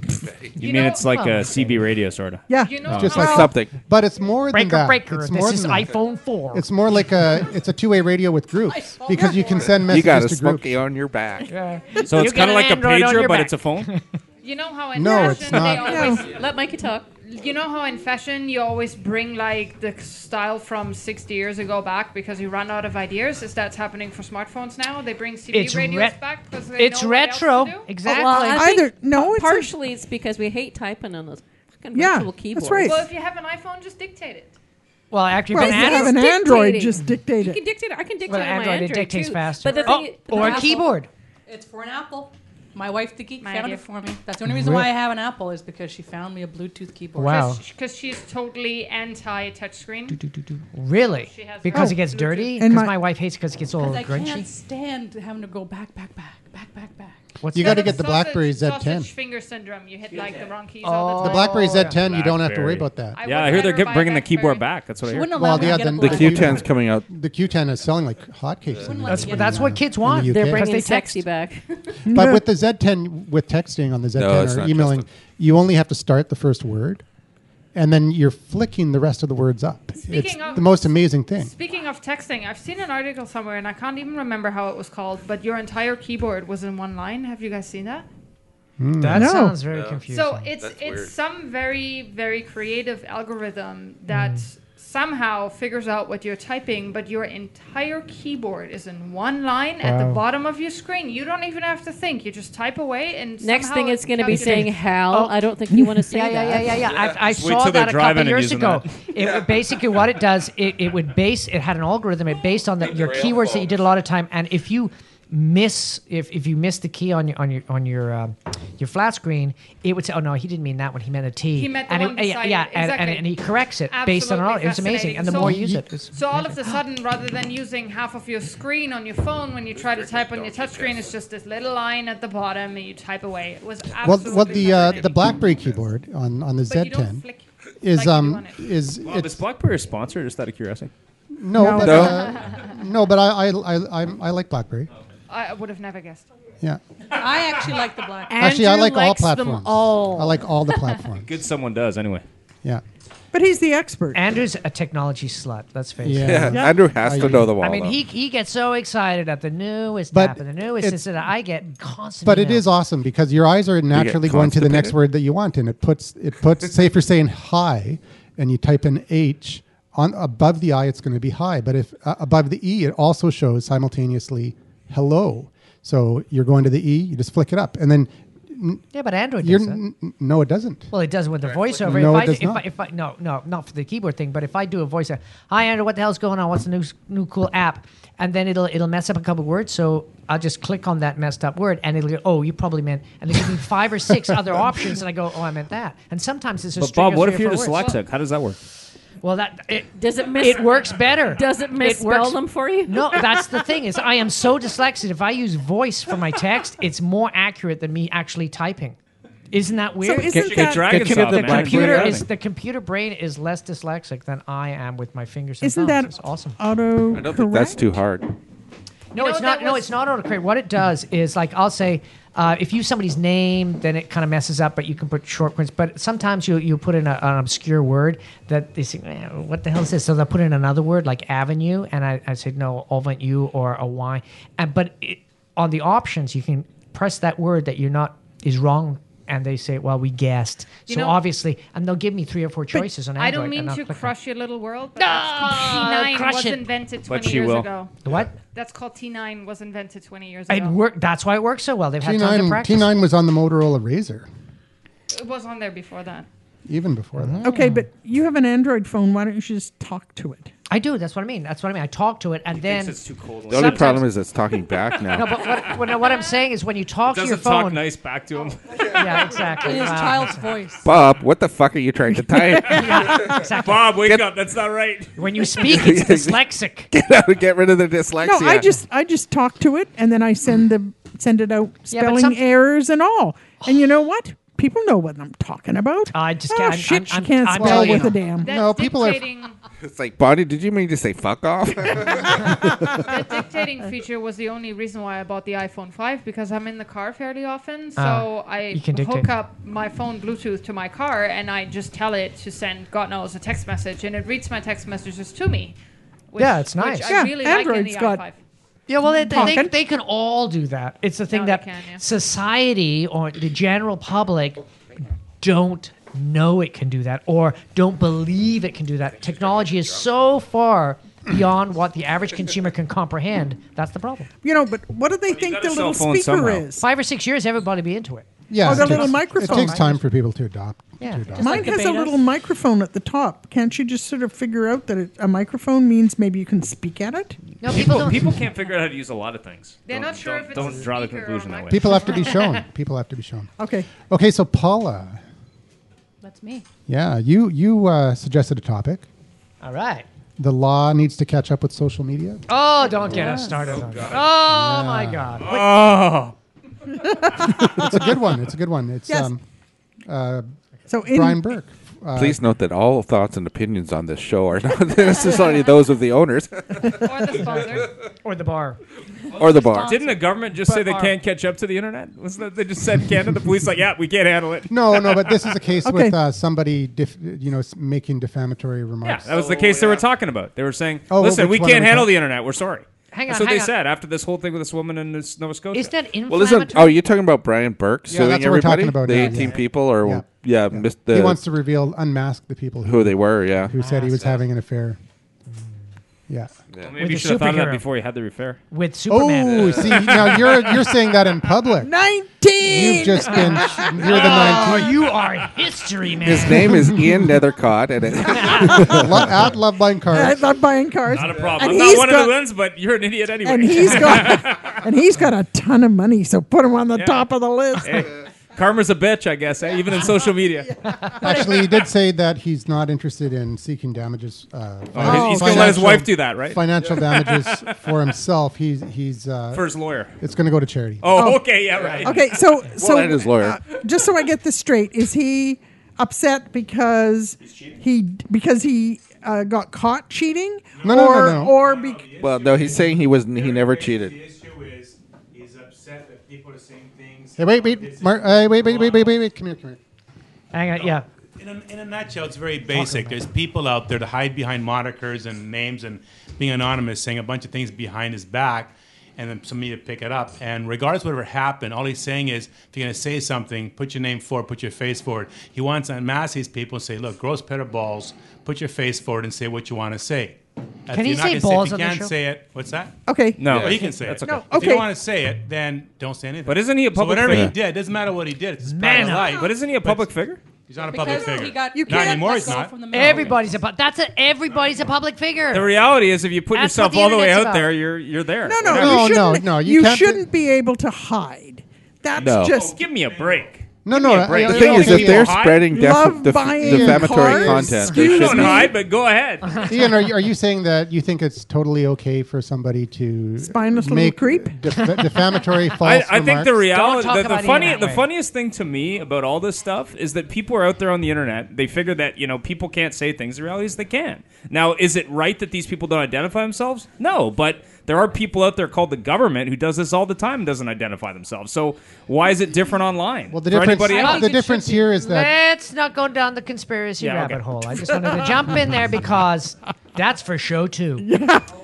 You, mean it's like a CB radio sort of? Yeah, You it's know just how- like Something. But it's more than Breaker, that. breaker. It's This more is than that. iPhone 4. It's more like a it's a two-way radio with groups because you can send You messages got a to groups. smoky on your back. So You it's get kind of an like Android a on pager, your but back. it's a *laughs* phone. You know how in No, fashion it's they not. always Let Mikey talk. You know how in fashion you always bring like the style from 60 years ago back because you run out of ideas? Is that's happening for smartphones now? They bring CD It's radios ret- back because they It's know what else to retro. do? Exactly. Well, I think Either- no, it's a- partially it's because we hate typing on those fucking Yeah, virtual that's keyboards. right. Well, if you have an iPhone, just dictate it. Well, after Well, you've been if you have asked. an It's Android, dictating. just dictate You it. can dictate it. I can dictate Well, it on my Android, it Android dictates too. faster. But the Oh, thing, or a Apple- keyboard. It's for an Apple. My wife, the geek, My found idea. it for me. That's the only reason why I have an Apple is because she found me a Bluetooth keyboard. Wow. Because she's totally anti touchscreen. Really? She has Because her it gets Bluetooth. dirty? Because Oh. And my, my- wife hates because it gets all Because I can't grunchy. stand having to go back, back, back, back, back, back. What's You that? got to get the Sausage- BlackBerry Z10. Sausage finger syndrome. You hit like the wrong keys Oh. all the The time. BlackBerry Z10, you don't have to Blackberry. worry about that. I yeah, would I hear they're rather get- buy bringing the keyboard BlackBerry. back. That's what I She hear. wouldn't allow Well, me yeah, to get a then The Black- Q10's coming out. The Q10 is selling like hotcakes. in- That's, that's what kids want. UK. They're Because bringing they sexy back. *laughs* *laughs* But with the Z10, with texting on the Z10 it's or not emailing, just you only have to start the first word, and then you're flicking the rest of the words up. it's Speaking of- the most amazing thing. Speaking of texting, I've seen an article somewhere and I can't even remember how it was called, but your entire keyboard was in one line. Have you guys seen that? That Mm. No. sounds very confusing. Mm. So it's it's some very very creative algorithm that somehow figures out what you're typing, but your entire keyboard is in one line at the Wow. bottom of your screen. You don't even have to think. You just type away and Next somehow thing it it's going to be calculates. saying hell. I don't think you want to say Oh. yeah, that. Yeah, yeah, yeah, yeah. I, I just wait saw till they're that a driving couple and years using ago. that. *laughs* It basically what it does, it, it would base. It had an algorithm. It based on the, your keywords that you did a lot of time, and if you miss if, if you miss the key on your on your on your um, your flat screen it would say oh no he didn't mean that one he meant a t He meant the and it- one yeah, beside yeah it. and, and, Exactly. and he corrects it based on all it was amazing fascinating. and the So- more you use it it's So all of a sudden, rather than using half of your screen on your phone when you try to type on your touchscreen, it's just this little line at the bottom and you type away. It was Well, absolutely what the uh, fascinating. the BlackBerry keyboard on, on the But you don't Z10 flick is like you do um on it. is Well, is BlackBerry a sponsor? Just out of curiosity. no No. but, No. *laughs* Uh, no but I I I, I'm- I like BlackBerry. I would have never guessed. Yeah. I actually like the black. Actually, I like all platforms. I like all the platforms. Good, someone does anyway. Yeah. But he's the expert. Andrew's a technology slut. Let's face it. Yeah. Yeah, Andrew has to know the I wall, mean, though. he, he gets so excited at the newest But app and the newest. it's- It's, that I get constant. But it is emails. awesome because your eyes are naturally going to the next constipated? word that you want, and it puts it puts. say if you're saying hi, and you type in h on above the i, it's going to be hi. But if uh, above the e, it also shows simultaneously hello. So you're going to the e, you just flick it up, and then Yeah, but Android you're does that. n- n- no, it doesn't. Well, it does with the voiceover. No, if it I, does if, I, not. if I no no not for the keyboard thing, but if I do a voiceover, hi Andrew, what the hell's going on? What's the new s- new cool app? And then it'll it'll mess up a couple words, so I'll just click on that messed up word, and it'll go, oh, you probably meant, and it'll give me five or *laughs* six other options, and I go, oh, I meant that. And sometimes it's just. But Bob, what if you're words. dyslexic? How does that work? Well, that it, does it it works better. Does it misspell them for you? *laughs* No, that's the thing is I am so dyslexic. If I use voice for my text, it's more accurate than me actually typing. Isn't that weird? isn't Get- get that- Dragon's the, Off, man. computer Dragon's is the computer brain is less dyslexic than I am with my fingers. And Isn't thumbs. that It's awesome? auto? I don't think that's too hard. No, it's not. No, it's not autocorrect. What it does is like I'll say, uh, if you use somebody's name, then it kind of messes up. But you can put short prints. But sometimes you you put in a, an obscure word that they say, "Eh, what the hell is this? So they'll put in another word like avenue, and I, I said no, ovent you or a y. And but it, on the options, you can press that word that you're not is wrong. And they say, "Well, we guessed." You so know- obviously, and they'll give me three or four choices on Android. I don't mean and I'll to click on- crush your little world, but that's called T9 crush was it. invented But 20 she years will. ago. What? That's called T9 was invented 20 years It ago. worked. That's why it works so well. They've had time to T9 practice. T9 was on the Motorola Razor It was on there before that. even before that. Okay, but you have an Android phone. Why don't you just talk to it? I do. That's what I mean. That's what I mean. I talk to it, and then it's too cold. The only Sometimes- problem is it's talking *laughs* back No, now. but what, what, what I'm saying is when you talk to your Doesn't phone, talk nice back to him. *laughs* yeah, *laughs* exactly. Wow. voice. Bob, what the fuck are you trying to *laughs* type? Yeah, exactly. Bob, wake up. That's not right. When you speak, *laughs* it's dyslexic. get out, get rid of the dyslexia. No, I just I just talk to it and then I send the send it out Yeah, but spelling some- errors and all. And you know what? People know what I'm talking about. I just oh, can't- I'm- shit, I'm- she I'm- can't I'm spell telling with you. a damn. That's No, people are- dictating, It's like, Bonnie, did you mean to say fuck off? *laughs* that *laughs* dictating feature was the only reason why I bought the iPhone 5 because I'm in the car fairly often. So Ah, I you can dictate. hook up my phone Bluetooth to my car and I just tell it to send, God knows, a text message and it reads my text messages to me. Which, Yeah, it's Which nice. I Yeah, really Android's like in the got- i5. Yeah, well, they, they, they, Talking. they can all do that. It's the thing No, they that can, yeah. society or the general public don't know it can do that or don't believe it can do that. Technology is so far beyond what the average consumer can comprehend. That's the problem. You know, but what do they think got a the little cell phone speaker somehow. is? Five or six years, everybody be into it. Yeah, Oh, it the little takes- microphone. It takes time for people to adopt. Yeah, to just adopt. like Mine the has a betas. little microphone at the top. Can't you just sort of figure out that it, a microphone means maybe you can speak at it? No, people People, don't. people can't figure out how to use a lot of things. They're Don't- not sure don't- if it's Don't a draw the speaker or conclusion a that way. People have to be *laughs* shown. People have to be shown. Okay. Okay, so Paula, That's me. yeah, you you uh, suggested a topic. All right. The law needs to catch up with social media. Oh, don't get us started on that. Oh, my God. Wait, Oh, It's a good one. It's a good one. It's Yes. um, uh, So in Brian Burke. Uh, Please note that all thoughts and opinions on this show are *laughs* not necessarily those of the owners *laughs* Or the sponsor. Or the bar. or the bar. didn't the government just say they can't catch up to the internet? Wasn't that they just said Canada? The police like, yeah, we can't handle it. No, no, but this is *laughs* a case Okay. with uh, somebody, def- you know, s- making defamatory Yeah, remarks. that was the case they were talking about. They were saying, Oh, well, listen, which we one are can't we handle talking- the internet. We're sorry. Hang That's on, what they hang on. said after this whole thing with this woman in this Nova Scotia. Isn't that inflammatory? Well, isn't oh, you're talking about Brian Burke that's suing what we're everybody, talking about the now, 18 yeah. people, or Yeah. yeah, missed the he wants to reveal, unmask the people who they were. *laughs* Yeah, who said he was having an affair. Yeah. Well, With maybe you a should have thought of that superhero. before you had the repair. With Oh, see, now you're you're saying that in public. Nineteen. You've just *laughs* been. You're the Oh, nineteen. you are history, man. His *laughs* name is Ian Nethercott, and it, *laughs* *laughs* Lo- uh, at Love Buying Cars. I love buying cars. Not a problem. And I'm not he's one got- of the ones, but you're an idiot anyway. *laughs* And he's got and he's got a ton of money, so put him on the top of *laughs* the list. Hey, karma's a bitch, I guess, eh? even in social media. Actually, he did say that he's not interested in seeking damages. Uh, Oh, he's gonna let his wife do that, right? Financial damages *laughs* for himself. He's he's uh, For his lawyer. It's going to go to charity. Oh, okay, yeah, right. Okay, so so and his lawyer. just so I get this straight, is he upset because he because he uh, got caught cheating, No, no, no, or no. or be, well, no, he's saying he was he never cheated. Hey, wait, wait, Mar- uh, wait, wait, wait, wait, wait, wait. Come here, come here. Hang on, yeah. In a, in a nutshell, it's very basic. There's people out there to hide behind monikers and names and being anonymous, saying a bunch of things behind his back, and then somebody to pick it up. And regardless of whatever happened, all he's saying is, if you're going to say something, put your name forward, put your face forward. He wants to unmask these people and say, look, gross pet of balls, put your face forward and say what you want to say. If Can he you're not say gonna balls If on you the can't show? say it, what's that? Okay. No. Well, he can say That's it. okay. No, If you okay. don't want to say it, then don't say anything. But isn't he a public so whatever figure? he did, doesn't matter what he did. It's his Man private up. life. But isn't he a public figure? He's not a Because public he figure. got- not anymore. He's not. Everybody's a pu- that's a everybody's a public figure. The reality is, if you put That's yourself what the all the way internet's out about. there, you're you're there. no no Whatever. you shouldn't, you, shouldn't be able to hide. That's No. just Oh, give me a break. No, Give me a no. break. The *laughs* thing is, if they're Hide. spreading def- Love def- buying defamatory cars. content, You there don't should be- hide, but go ahead. *laughs* Ian, are you, are you saying that you think it's totally okay for somebody to Spineless little make creep? def- defamatory false *laughs* I, I think the remarks? reality, Don't talk the, the about it funny, that the way. funniest thing to me about all this stuff is that people are out there on the internet. They figure that you know people can't say things. The reality is they can. Now, is it right that these people don't identify themselves? No, but there are people out there called the government who does this all the time and doesn't identify themselves. So why is it different online? Well, the difference, for anybody else? the difference here is that Let's not go down the conspiracy Yeah, rabbit okay. hole. I just wanted to jump in there because that's for show two.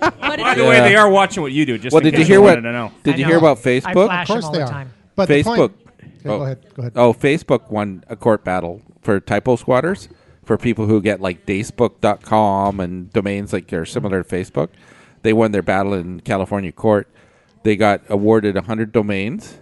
By the way, Yeah. they are watching what you do. Just well, in did you case hear what? wanted to know. Did you hear about Facebook? flash Of course them all they the are. time. But the Facebook. point- Yeah, go ahead, go ahead. Oh, Facebook won a court battle for typo squatters for people who get like Facebook.com and domains like are similar to Facebook. They won their battle in California court. They got awarded 100 domains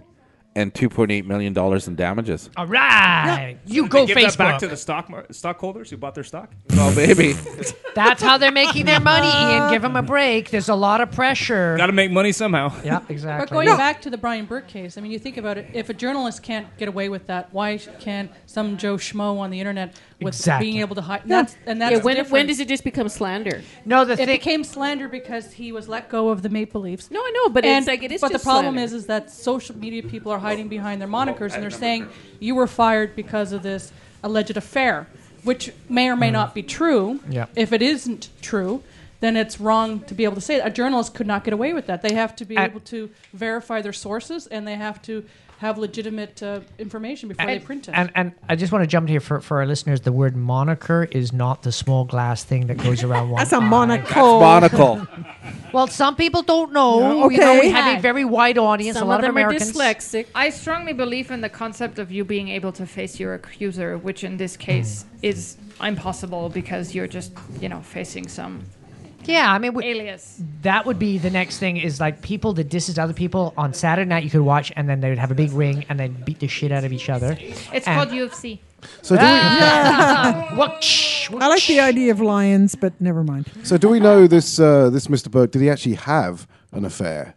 and 2.8 million dollars in damages. All right, you Did go they give Facebook. that back to the stock mar- stockholders who bought their stock. Oh, baby. *laughs* That's how they're making their money, Ian. Give them a break. There's a lot of pressure. Got to make money somehow. *laughs* Yeah, exactly. But going back to the Brian Burke case, I mean, you think about it. If a journalist can't get away with that, why sh- can some Joe Schmo on the internet with Exactly. being able to hide? Yeah. That's and that's Yeah, the when- difference. when does it just become slander? No, the it thing- became slander because he was let go of the Maple Leafs. No, I know, but it's like, it is But just the problem slander. is, is that social media people are hiding behind their monikers and they're saying you were fired because of this alleged affair, which may or may not be true. Hmm. Yeah. If it isn't true. Then it's wrong to be able to say that. A journalist could not get away with that. They have to be At- able to verify their sources and they have to have legitimate uh, information before they print it. And and I just want to jump here for, for our listeners. The word moniker is not the small glass thing that goes around one. That's a eye. monocle. Monocle. *laughs* well, some people don't know. Yeah, You know, we okay. have a very wide audience. a lot of, Americans. dyslexic. I strongly believe in the concept of you being able to face your accuser, which in this case Hmm. is impossible because you're just, you know, facing some. Yeah, I mean, we, alias. That would be the next thing is like people that disses other people on Saturday night. You could watch, and then they would have a big ring, and they'd beat the shit out of each other. It's And- called UFC. So do we- Ah! I like the idea of lions, but never mind. So do we know this uh, this Mr. Burke? Did he actually have an affair?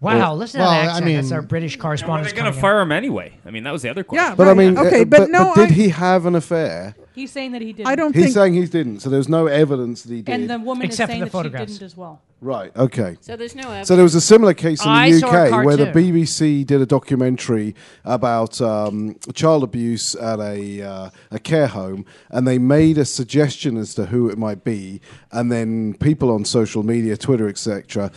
Wow, Or- listen to that accent. That's our British correspondent. They're gonna fire him anyway. I mean, that was the other question. but I mean, okay, but, but did he have an affair? He's saying that he did. He's saying he didn't. So there's no evidence that he did. And the woman Except is for saying the that photographs. she didn't as well. Right. Okay. So there's no evidence. Oh, So there was a similar case in the I saw a UK where the cartoon. BBC did a documentary about um, child abuse at a uh, a care home, and they made a suggestion as to who it might be, and then people on social media, Twitter, etc.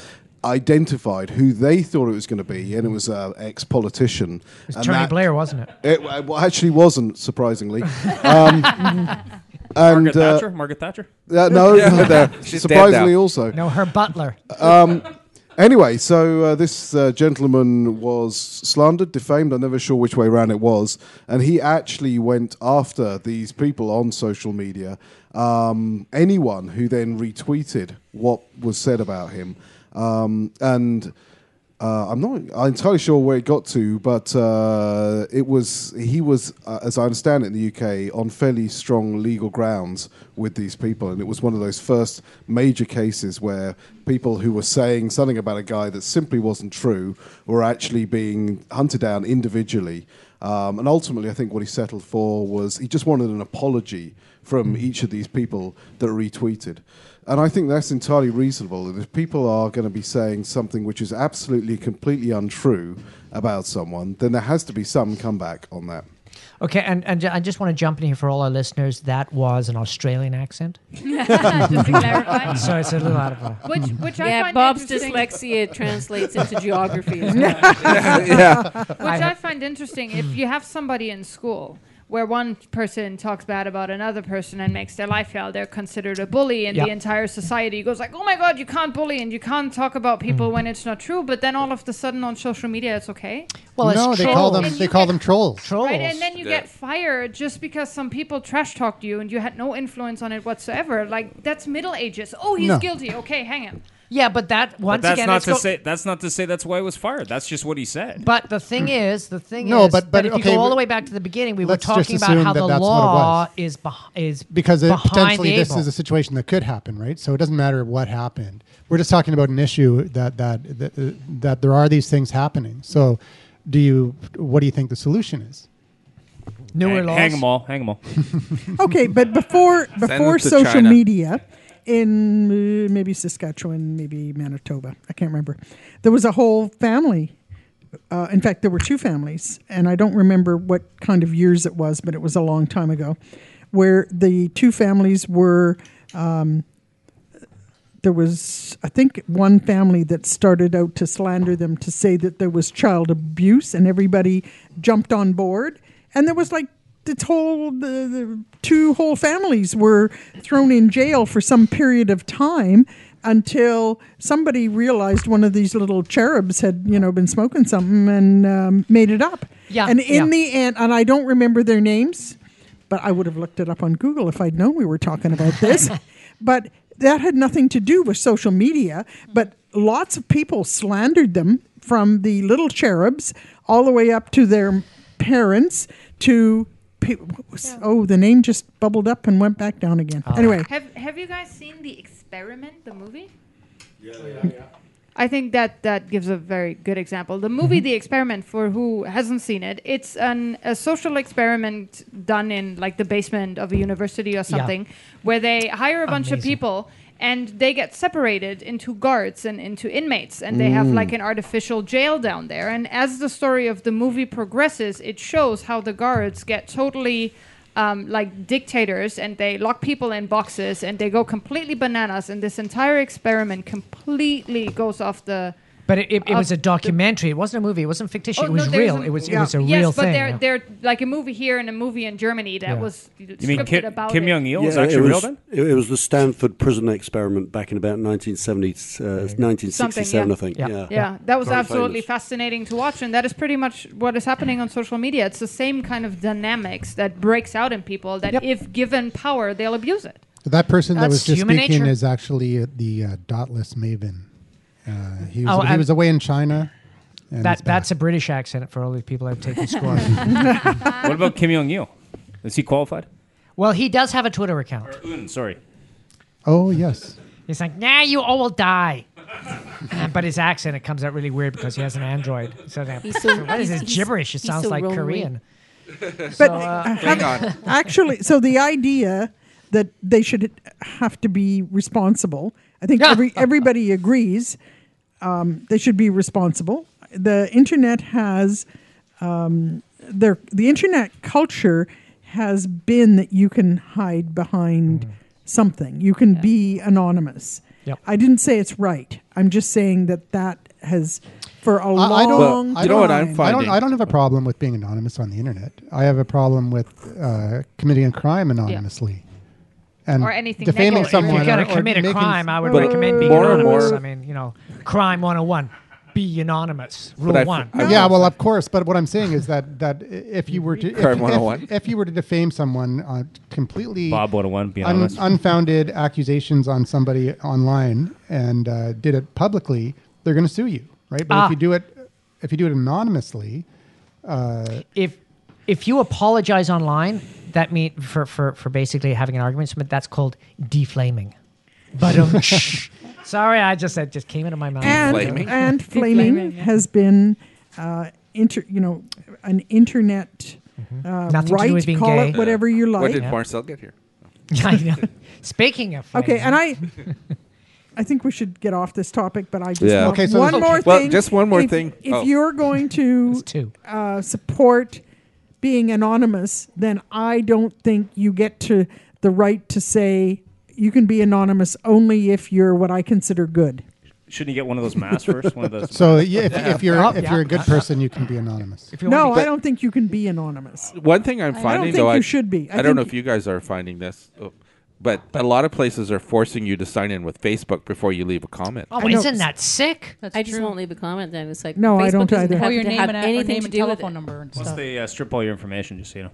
Identified who they thought it was going to be, and it was an ex-politician. It was and Tony that- Blair, wasn't it? *laughs* It, well, actually wasn't surprisingly. *laughs* Um, and Margaret uh, Thatcher. Margaret Thatcher. uh, no, Yeah. no, *laughs* She's dead surprisingly now. also. No, her butler. Um, Anyway, so uh, this uh, gentleman was slandered, defamed. I'm never sure which way around it was, and he actually went after these people on social media. Um, anyone who then retweeted what was said about him, um, and uh, I'm not entirely sure where it got to, but uh, it was he was, uh, as I understand it, in the UK on fairly strong legal grounds with these people, and it was one of those first major cases where people who were saying something about a guy that simply wasn't true were actually being hunted down individually. Um, and ultimately, I think what he settled for was he just wanted an apology from each of these people that retweeted. And I think that's entirely reasonable. And if people are going to be saying something which is absolutely, completely untrue about someone, then there has to be some comeback on that. Okay, and, and ju- I just want to jump in here for all our listeners. That was an Australian accent. *laughs* Just to clarify. So it's a little out of a. Which, which I yeah, find Bob's interesting- dyslexia translates *laughs* into geography. As well. Yeah. *laughs* Yeah. Which I- I find interesting. If you have somebody in school where one person talks bad about another person and makes their life hell, they're considered a bully, and the Yeah. entire society goes like, "Oh my God, you can't bully and you can't talk about Mm. people when it's not true." But then all of a sudden on social media, it's okay. no, they call them they call them trolls. Right, and then you get fired just because some people trash talked you and you had no influence on it whatsoever. Like that's Middle Ages. Oh, he's No. guilty. Okay, hang him. Yeah, but that once that's again, not it's to go- say that's not to say that's why he was fired. That's just what he said. But the thing is, the thing Mm. No, is, but- that but, if you okay, go all but the way back to the beginning, we were let's just talking about assume how that the that's what it law was. is beh- is because it, behind potentially the this able. is a situation that could happen, right? So it doesn't matter what happened. We're just talking about an issue that that that, uh, that there are these things happening. So, do you? What do you think the solution is? newer hang, laws. Hang them all. Hang them *laughs* all. okay, but before them before to social China. media, in uh, maybe Saskatchewan, maybe Manitoba, I can't remember. There was a whole family. Uh, in fact, there were two families, and I don't remember what kind of years it was, but it was a long time ago, where the two families were. Um, there was, I think, one family that started out to slander them to say that there was child abuse, and everybody jumped on board. And there was like this whole, the, the two whole families were thrown in jail for some period of time until somebody realized one of these little cherubs had, you know, been smoking something and um, made it up. Yeah, And in yeah. the end, and I don't remember their names, but I would have looked it up on Google if I'd known we were talking about this. but that had nothing to do with social media. But lots of people slandered them from the little cherubs all the way up to their parents to. Pe- what was- oh, the name just bubbled up and went back down Oh. Uh, again. Anyway, have have you guys seen the experiment, the movie? I think that that gives a very good example. The Mm-hmm. movie The Experiment, for who hasn't seen it, it's an, a social experiment done in like the basement of a university or something, where they hire a bunch of Amazing. people and they get separated into guards and into inmates, and they have Mm. like an artificial jail down there. And as the story of the movie progresses, it shows how the guards get totally um, like dictators and they lock people in boxes and they go completely bananas and this entire experiment completely goes off the But it, it, it of Uh, was a the- documentary. It wasn't a movie. It wasn't fictitious. it Oh, was no, there's real. a- it was yeah. it was a yes, real but thing. they're yeah. they're like a movie here and a movie in Germany that Yeah. was scripted You mean Ki- about Kim it. Jong Il is Yeah, actually it was, real then. It, it was the Stanford prison experiment back in about 1970, uh, 1967, yeah. I think. Mm-hmm. Yeah. Yeah, Yeah, that was Very absolutely famous. fascinating to watch, and that is pretty much what is happening on social media. It's the same kind of dynamics that breaks out in people that, if given power, they'll abuse it. So that person that That's was just human speaking nature. is actually uh, the uh, dotless maven. Uh, he was Oh, he I'm- was away in China. and that it's back. that's a British accent for all the people I've *laughs* taken score. what about Kim Jong Il? Is he qualified? well, he does have a Twitter account. Un, sorry. oh yes, He's like, nah, you all will die. but his accent it comes out really weird because he has an android. So, that, He's so- what is he's- this he's- gibberish? It he's sounds so like rolling. Korean. but uh, have- *laughs* actually, so the idea that they should have to be responsible, I think every, everybody agrees um, they should be responsible. The internet has um, their the internet culture has been that you can hide behind something, you can be anonymous. Yep. I didn't say it's right. I'm just saying that that has for a long I, I don't. time. I don't- I don't. I don't have a problem with being anonymous on the internet. I have a problem with uh, committing a crime anonymously. and Or anything defaming negative, really. someone. If you're or- gonna or commit a making- crime, I would But recommend being more and anonymous. more- I mean, you know, crime 101, be anonymous. Rule I f- one. I- yeah, well, of course. But what I'm saying is that that i- if you were to if, Crime if- 101. if, you were to defame someone, uh, completely Bob 101, be un- honest. unfounded accusations on somebody online and uh, did it publicly, they're going to sue you, right? But Ah. if you do it if you do it anonymously, uh, if if you apologize online, that mean for for for basically having an argument, but that's called deflaming. But um, shh. sorry, I just that just came into my mouth. and *laughs* and flaming, has been uh, inter, you know an internet uh, Mm-hmm. Nothing to do right. with being call gay. it whatever you *laughs* like. When did Marcel get here? I know. Speaking of Okay, flaming. and *laughs* I, I think we should get off this topic, but I just Yeah. want Okay, so one this- more Well, thing. just one more If- thing. If Oh. you're *laughs* going to Uh, support being anonymous, then I don't think you get to the right to say you can be anonymous only if you're what I consider good. Shouldn't you get one of those *laughs* masks first? One of those. *laughs* so masks? yeah, if, if you're Oh, if you're a Uh-huh. good person, you can be anonymous. No, I don't think you can be anonymous. One thing I'm I don't finding, think though, you I, should be. I, don't know think if you guys are finding this, oh, but a lot of places are forcing you to sign in with Facebook before you leave a comment. Oh, isn't that sick? I just won't leave a comment then. It's like No, Facebook I don't doesn't either. Have Oh, Or your to name have and- or anything name to and do with telephone it. number and Once they uh, strip all your information, just so you know.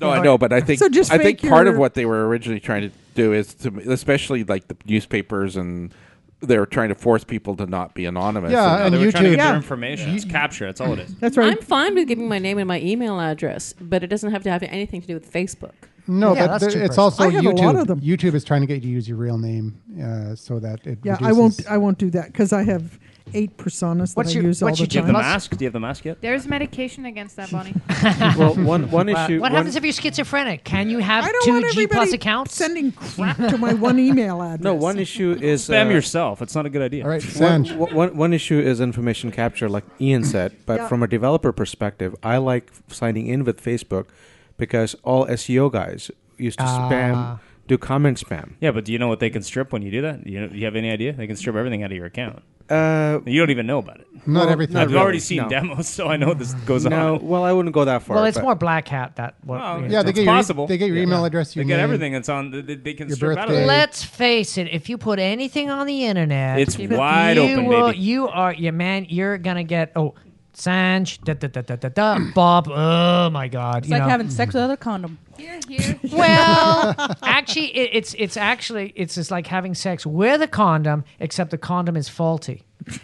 No, I know, but I think So just I think fake part of your- what they were originally trying to do is to, especially like the newspapers and they're trying to force people to not be anonymous. Yeah, and they were you trying to too. get Yeah. their information. It's capture. That's all it is. That's right. I'm fine with giving my name and my email address, but it doesn't have to have anything to do with Facebook. No, but there- it's also I have a YouTube. lot of them. YouTube is trying to get you to use your real name uh, so that it Yeah, I reduces- won't. I won't do that because I have eight personas that What's I your- use all what's the your Do you time. have the mask? Do you have the mask yet? There's medication against that, Bonnie. *laughs* well, one one issue. one- what happens if you're schizophrenic? Can you have I don't two want G plus everybody accounts? Sending crap to my *laughs* one email address. No, one issue is uh, Spam yourself. It's not a good idea. All right, one- Sanj. one- one- one issue is information capture, like Ian said. But Yeah. from a developer perspective, I like signing in with Facebook because all SEO guys used to Ah. spam, do comment spam. Yeah, but do you know what they can strip when you do that? You, know, you have any idea? They can strip everything out of your account. Uh, you don't even know about it. Not Well, everything. not I've really, already seen no. demos, so I know this goes no, on. well, I wouldn't go that far. well, it's but- more black hat that. What, Well, yeah. it's they get your e- possible. they get your email address, They your get name, everything. It's on. They, they can your strip out of birthday. it. Let's face it. If you put anything on the internet, It's wide you open, will- baby. You are, yeah, man. You're gonna get oh, Sanj, da da da da da da, Bob. Oh my God. It's you like know. Mm-hmm. having sex without a condom. Here, *laughs* here. Well, actually, it, it's it's actually it's just like having sex with a condom, except the condom is faulty,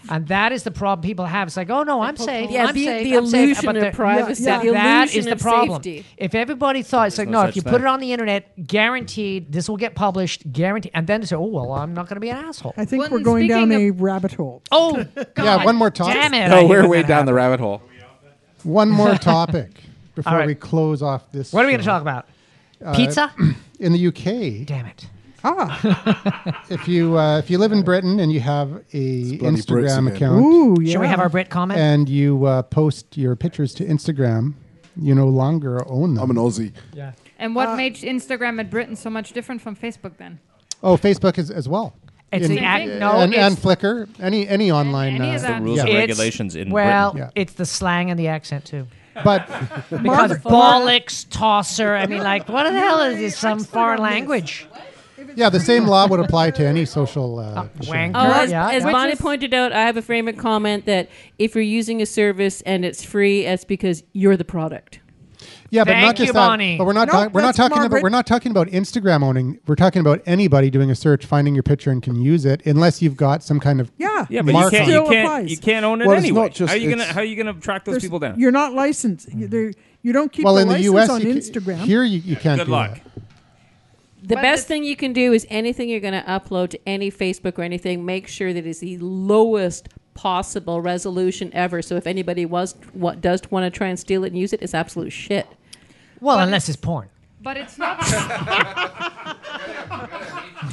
and that is the problem people have. It's like, oh no, I'm safe. Yeah, I'm the- safe, the I'm safe," illusion but of the- privacy, the that illusion is the of problem. safety. If everybody thought it's like, no, no if you such put it thing. on the internet, guaranteed this will get published, guaranteed, and then they say, oh well, I'm not going to be an asshole. I think we're going down a rabbit hole. Oh, *laughs* God one more topic. Damn it! I No, hate Oh, we're when way that down the rabbit hole. *laughs* One *laughs* more topic before right. we close off this. What are we gonna show. talk about? Pizza? in the UK. Damn it. Ah. if you uh, if you live in Britain and you have a bloody Brits Instagram again. account, Ooh, Should we yeah. have our Brit comment? And you uh, post your pictures to Instagram, you no longer own them. I'm an Aussie. Yeah. And Uh, what made Instagram in Britain so much different from Facebook then? Oh, Facebook is as well. It's In- the act- no, and, it's- and Flickr. Any any online. any of uh, that. rules and yeah. regulations in well, Britain. it's the slang and the accent too. But *laughs* because bollocks tosser, I mean, like, what the hell is this? Some foreign language? Yeah, the same law would apply to any social. Uh, wanker. Oh, as, Yeah, as yeah. Bonnie Which is- pointed out, I have a framework comment that if you're using a service and it's free, it's because you're the product. Yeah, but not Thank just you, that. Bonnie. But we're not No, talking. We're not that's talking about. Margaret. We're not talking about Instagram owning. We're talking about anybody doing a search, finding your picture, and can use it, unless you've got some kind of Yeah. Yeah, but you mark can't, on you it. can't, you can't own it Well, it's anyway. not just- how are you gonna it's- how are you gonna track those There's- people down? You're not licensed. You- there- You don't keep Well, the in the license US, on you ca- Instagram. here you, you can't. Good do luck. that. The best thing you can do is anything you're going to upload to any Facebook or anything, make sure that it's the lowest possible resolution ever. So if anybody was what does want to try and steal it and use it, it's absolute shit. Well, unless it's porn. But it's not.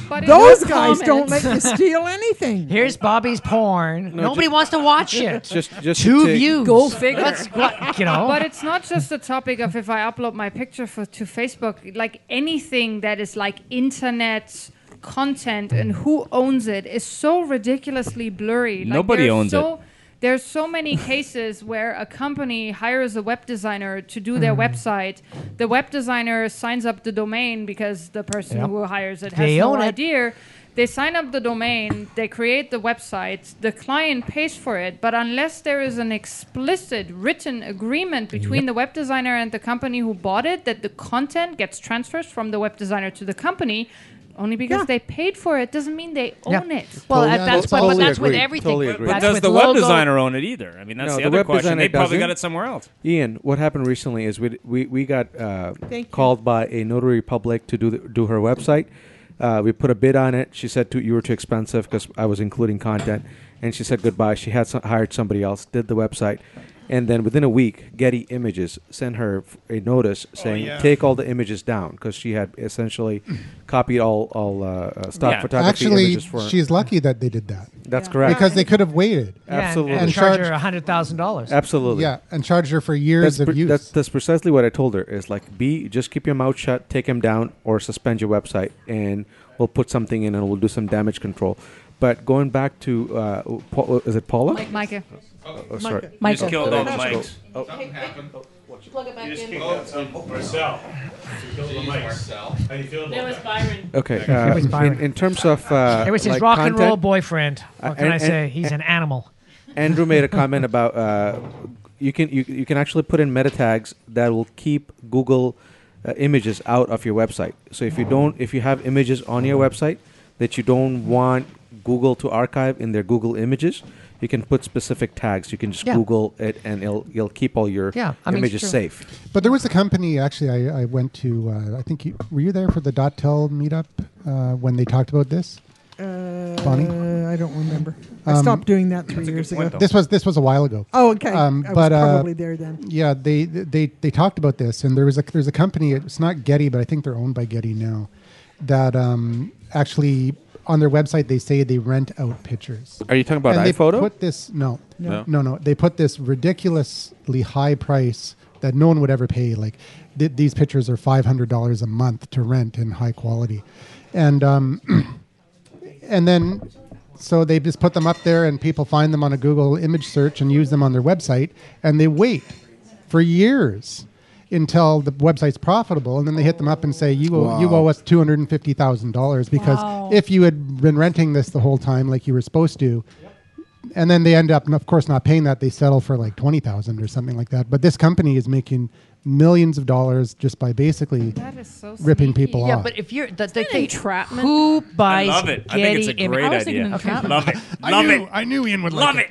but Those it's- guys don't let you steal anything. *laughs* Here's Bobby's porn. No, Nobody ju- wants to watch *laughs* it. Just- just two to take- views. Go figure. Let's- what- you know. But it's not just the topic of if I upload my picture for, to Facebook. Like anything that is like internet content and who owns it is so ridiculously blurry. Like, Nobody there's owns so, it. There's so many cases where a company hires a web designer to do their Mm. website. The web designer signs up the domain because the person Yep. who hires it has They no own it. idea. They sign up the domain, they create the website, the client pays for it, but unless there is an explicit written agreement between the web designer and the company who bought it that the content gets transferred from the web designer to the company, only because they paid for it doesn't mean they Yeah. own it. Well, Totally- that's what- but totally that's with agree. everything. Totally But- agree. but That's does with the web logo- designer own it either? I mean, that's the other web question. They designer probably got it doesn't. somewhere else. Ian, what happened recently is we we, we got uh, Thank you. called by a notary public to do the, do her website. Uh, we put a bid on it. She said too, you were too expensive because I was including content, and she said goodbye. She had some, hired somebody else, did the website, and then within a week, Getty Images sent her f- a notice Oh, saying yeah. take all the images down because she had essentially copied all all uh, uh, stock photography Actually, images for. she's lucky that they did that. That's correct. Because they could have waited. Yeah, and- Absolutely. And, And charge charge- her hundred thousand dollars. Absolutely. Yeah, and charged her for years that's of pre- use. That's, that's precisely what I told her. Is like, B, just keep your mouth shut, take him down, or suspend your website, and we'll put something in and we'll do some damage control. But going back to, uh, Paul, is it Paula? Mike- Micah. Oh, oh, sorry. Micah. You just killed all the mics. Oh. Plug it back You just in. kicked out some- Oh. Marcel. You killed the mics. How you feeling about that? Okay. It Uh, was in, Byron. in terms of, uh, It was his like rock and roll content- boyfriend. Uh, What can and- I say? and- *laughs* He's an animal. Andrew made a comment about uh, you can you, you can actually put in meta tags that will keep Google uh, images out of your website. So if you don't if you have images on your website that you don't want Google to archive in their Google images, you can put specific tags. You can just Yeah. Google it and it'll it'll keep all your images safe. But there was a company actually. I, I went to. Uh, I think you, were you there for the Dottel meetup uh, when they talked about this? Uh, Bonnie? I don't remember. I Um, stopped doing that three years ago. This was this was a while ago. Um, uh, Oh, okay. I was probably there then. Yeah, they they they talked about this, and there was a there's a company. It's not Getty, but I think they're owned by Getty now. That um, actually on their website they say they rent out pictures. Are you talking about and they iPhoto? Put this no, No. no no no. They put this ridiculously high price that no one would ever pay. Like th- these pictures are five hundred dollars a month to rent in high quality, and um, *clears throat* and then so they just put them up there and people find them on a google image search and use them on their website and they wait for years until the website's profitable and then they hit them up and say you owe, you Wow. owe us $250000 because Wow. if you had been renting this the whole time like you were supposed to and then they end up of course not paying that they settle for like 20000 or something like that but this company is making millions of dollars just by basically That is so ripping people yeah, off but if you're the, the an thing, entrapment. who buys I love it. I think it's a Getty great Images? idea. Okay. Love it. I Love knew- it. I knew Ian would love it.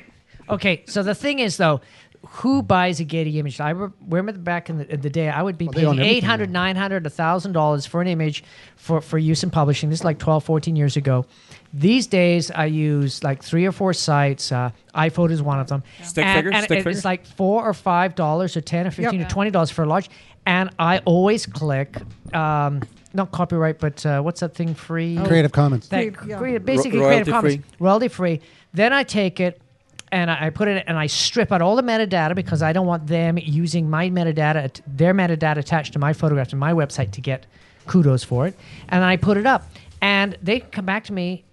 Okay, so the thing is though, who buys a Getty image? I re- remember back in the, in the day, I would be they own paying everything eight hundred, nine hundred, a thousand dollars for an image for for use in publishing. This is like 12, 14 years ago. These days, I use like three or four sites. Uh, iPhoto is one of them. Stick and, figures, and stick it- figures. it's like four or five dollars, or ten or fifteen or twenty dollars for a large. And I always click. Um, not copyright, but uh, what's that thing free? Oh. Creative Commons. That- Creative, yeah. crea- basically, Ro- Creative royalty-free. Commons royalty free. Then I take it and I I put it and I strip out all the metadata because I don't want them using my metadata, at- their metadata attached to my photograph to my website to get kudos for it. And I put it up, and they come back to me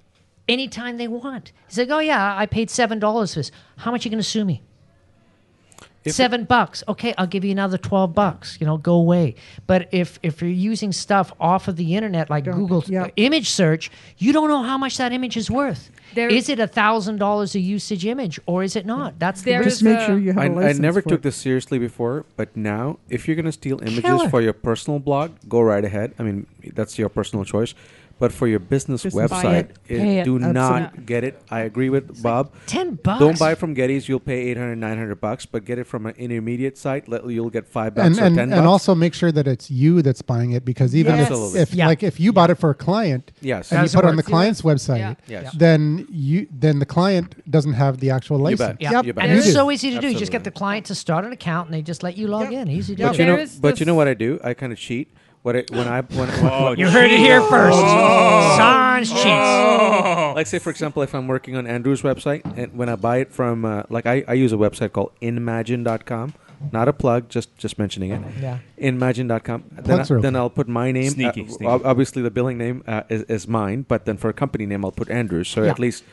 anytime they want. It's like, oh yeah, I paid seven dollars for this. How much are you going to sue me? If- Seven bucks. Okay, I'll give you another twelve bucks. You know, go away. But if if you're using stuff off of the internet like Google uh, image search, you don't know how much that image is worth. There- Is it a thousand dollars a usage image or is it not? That's the There's risk. Just make sure you I, I never took this seriously before, but now if you're gonna steal images Killer. for your personal blog, go right ahead. I mean, that's your personal choice. But for your business, Business. Buy website, it. Pay it. do Absolutely. not get it. I agree with Bob. 10 bucks. Don't buy from Getty's. You'll pay 800, 900 bucks. But get it from an intermediate site. Let, you'll get five bucks and or and, ten and bucks. also make sure that it's you that's buying it because even Yes. if, Absolutely. if Yeah. like if you bought it for a client Yes. and you Doesn't put it on the work. client's website Yeah. Yes. then you then the client doesn't have the actual You bet. license Yeah. Yep. You bet. And You it's do. so easy to do. You just Absolutely. get the client to start an account and they just let you log in. Easy to But do. you know, but you know what I do? I kind of cheat. What I, when I when, Oh, You heard it here first. Oh. Sans cheats. Oh. Like say for example, if I'm working on Andrew's website and when I buy it from uh, like I, I use a website called Imagine.com, not a plug, just just mentioning it. Yeah. Imagine.com. Then, I, Plugs are okay. then I'll put my name. uh, Sneaky, sneaky. ob- Obviously, the billing name uh, is, is mine, but then for a company name, I'll put Andrews. So Yeah. at least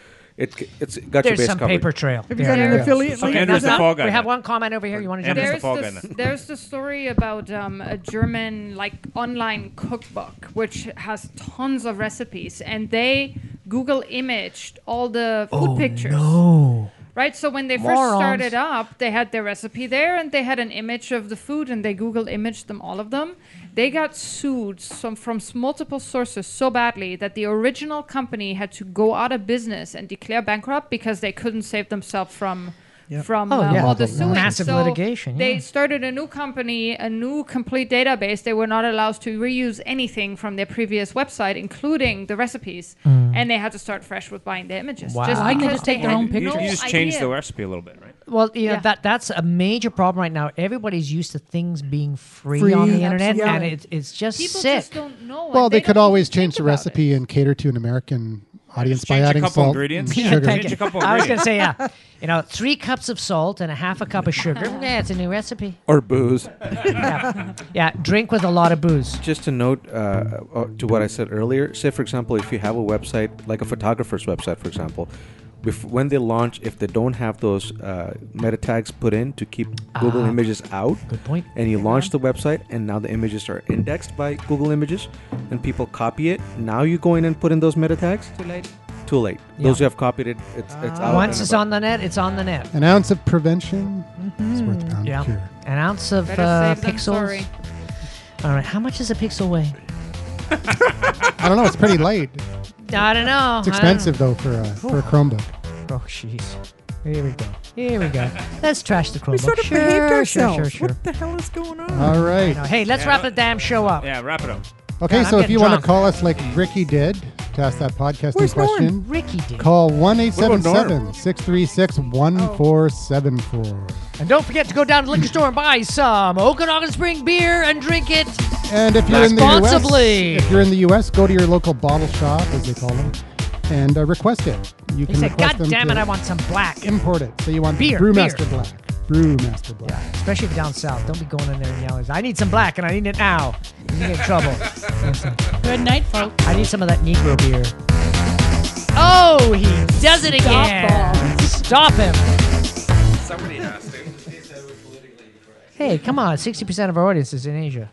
It, it's got your There's base some covered. paper trail. Have you got an affiliate link? Andrew's the fall guy We now. have one comment over here. You want to jump Andrew's in? the fall guy now. There's, there's the story about um, a German like online cookbook which has tons of recipes, and they Google imaged all the food pictures. Oh, No. Right, so when they first Morons. started up, they had their recipe there and they had an image of the food and they Google imaged them, all of them. They got sued some, from s- multiple sources so badly that the original company had to go out of business and declare bankrupt because they couldn't save themselves from from uh, Oh, yeah. all the Multiple suing. massive So litigation, They yeah. started a new company, a new complete database. They were not allowed to reuse anything from their previous website, including the recipes, Mm. and they had to start fresh with buying the images. Wow. Just Why can't they because just take they their had own no You, you just changed idea. the recipe a little bit, right? Well, you Yeah. know, that that's a major problem right now. Everybody's used to things being free, on Free, the internet, absolutely. and it's it's just People sick. just don't Oh, know. Well, and they, don't could always think change the about it. recipe and cater to an American audience by change a adding couple salt ingredients. and Yeah, sugar. change a couple I was gonna ingredients. say yeah, you know, three cups of salt and a half a cup of *laughs* sugar. yeah, it's a new recipe. or booze. Yeah, *laughs* yeah. Drink with a lot of booze. Just to note uh, uh, to what I said earlier, say for example, if you have a website like a photographer's website, for example, bef- when they launch, if they don't have those uh, meta tags put in to keep Google Ah. Images out, Good point. and you launch the website, and now the images are indexed by Google Images, and people copy it. Now you go in and put in those meta tags. Too late. Too late. Those Yeah. who have copied it, it's, it's out. Once and it's about. on the net, it's on the net. An ounce of prevention Mm-hmm. is worth a pound Yeah. of cure. An ounce of Better uh, save than pixels. sorry. All right, how much does a pixel weigh? I don't know. It's pretty light. I don't know. It's expensive though for a for a Chromebook. Oh, jeez. Here we go. Here *laughs* we go. Let's trash the Chromebook. We sort of sure, behaved sure, ourselves. sure, sure. What the hell is going on? All right. No, hey, let's wrap the damn show up. Yeah, wrap it up. Okay, I'm so if getting you want drunk. to call us like Ricky did to ask that podcasting Where's Norm? question, Ricky did. call 1 877 Norm? 636 1474. And don't forget to go down to the liquor store and buy some Okanagan Spring beer and drink it. And if you're in the US, Responsibly. if you're in the US, go to your local bottle shop, as they call them, and uh, request it. You He can said, request God them damn to it, I want some black. import it. So you want Beer, Brewmaster beer. Black, Brewmaster Black. Yeah, especially if you're down south. Don't be going in there and yelling, I need some black and I need it now. You get in trouble. Good night, folks. I need some of that Negro beer. Oh, he does it again. Stop him. Somebody has to. Hey, come on. 60% of our audience is in Asia.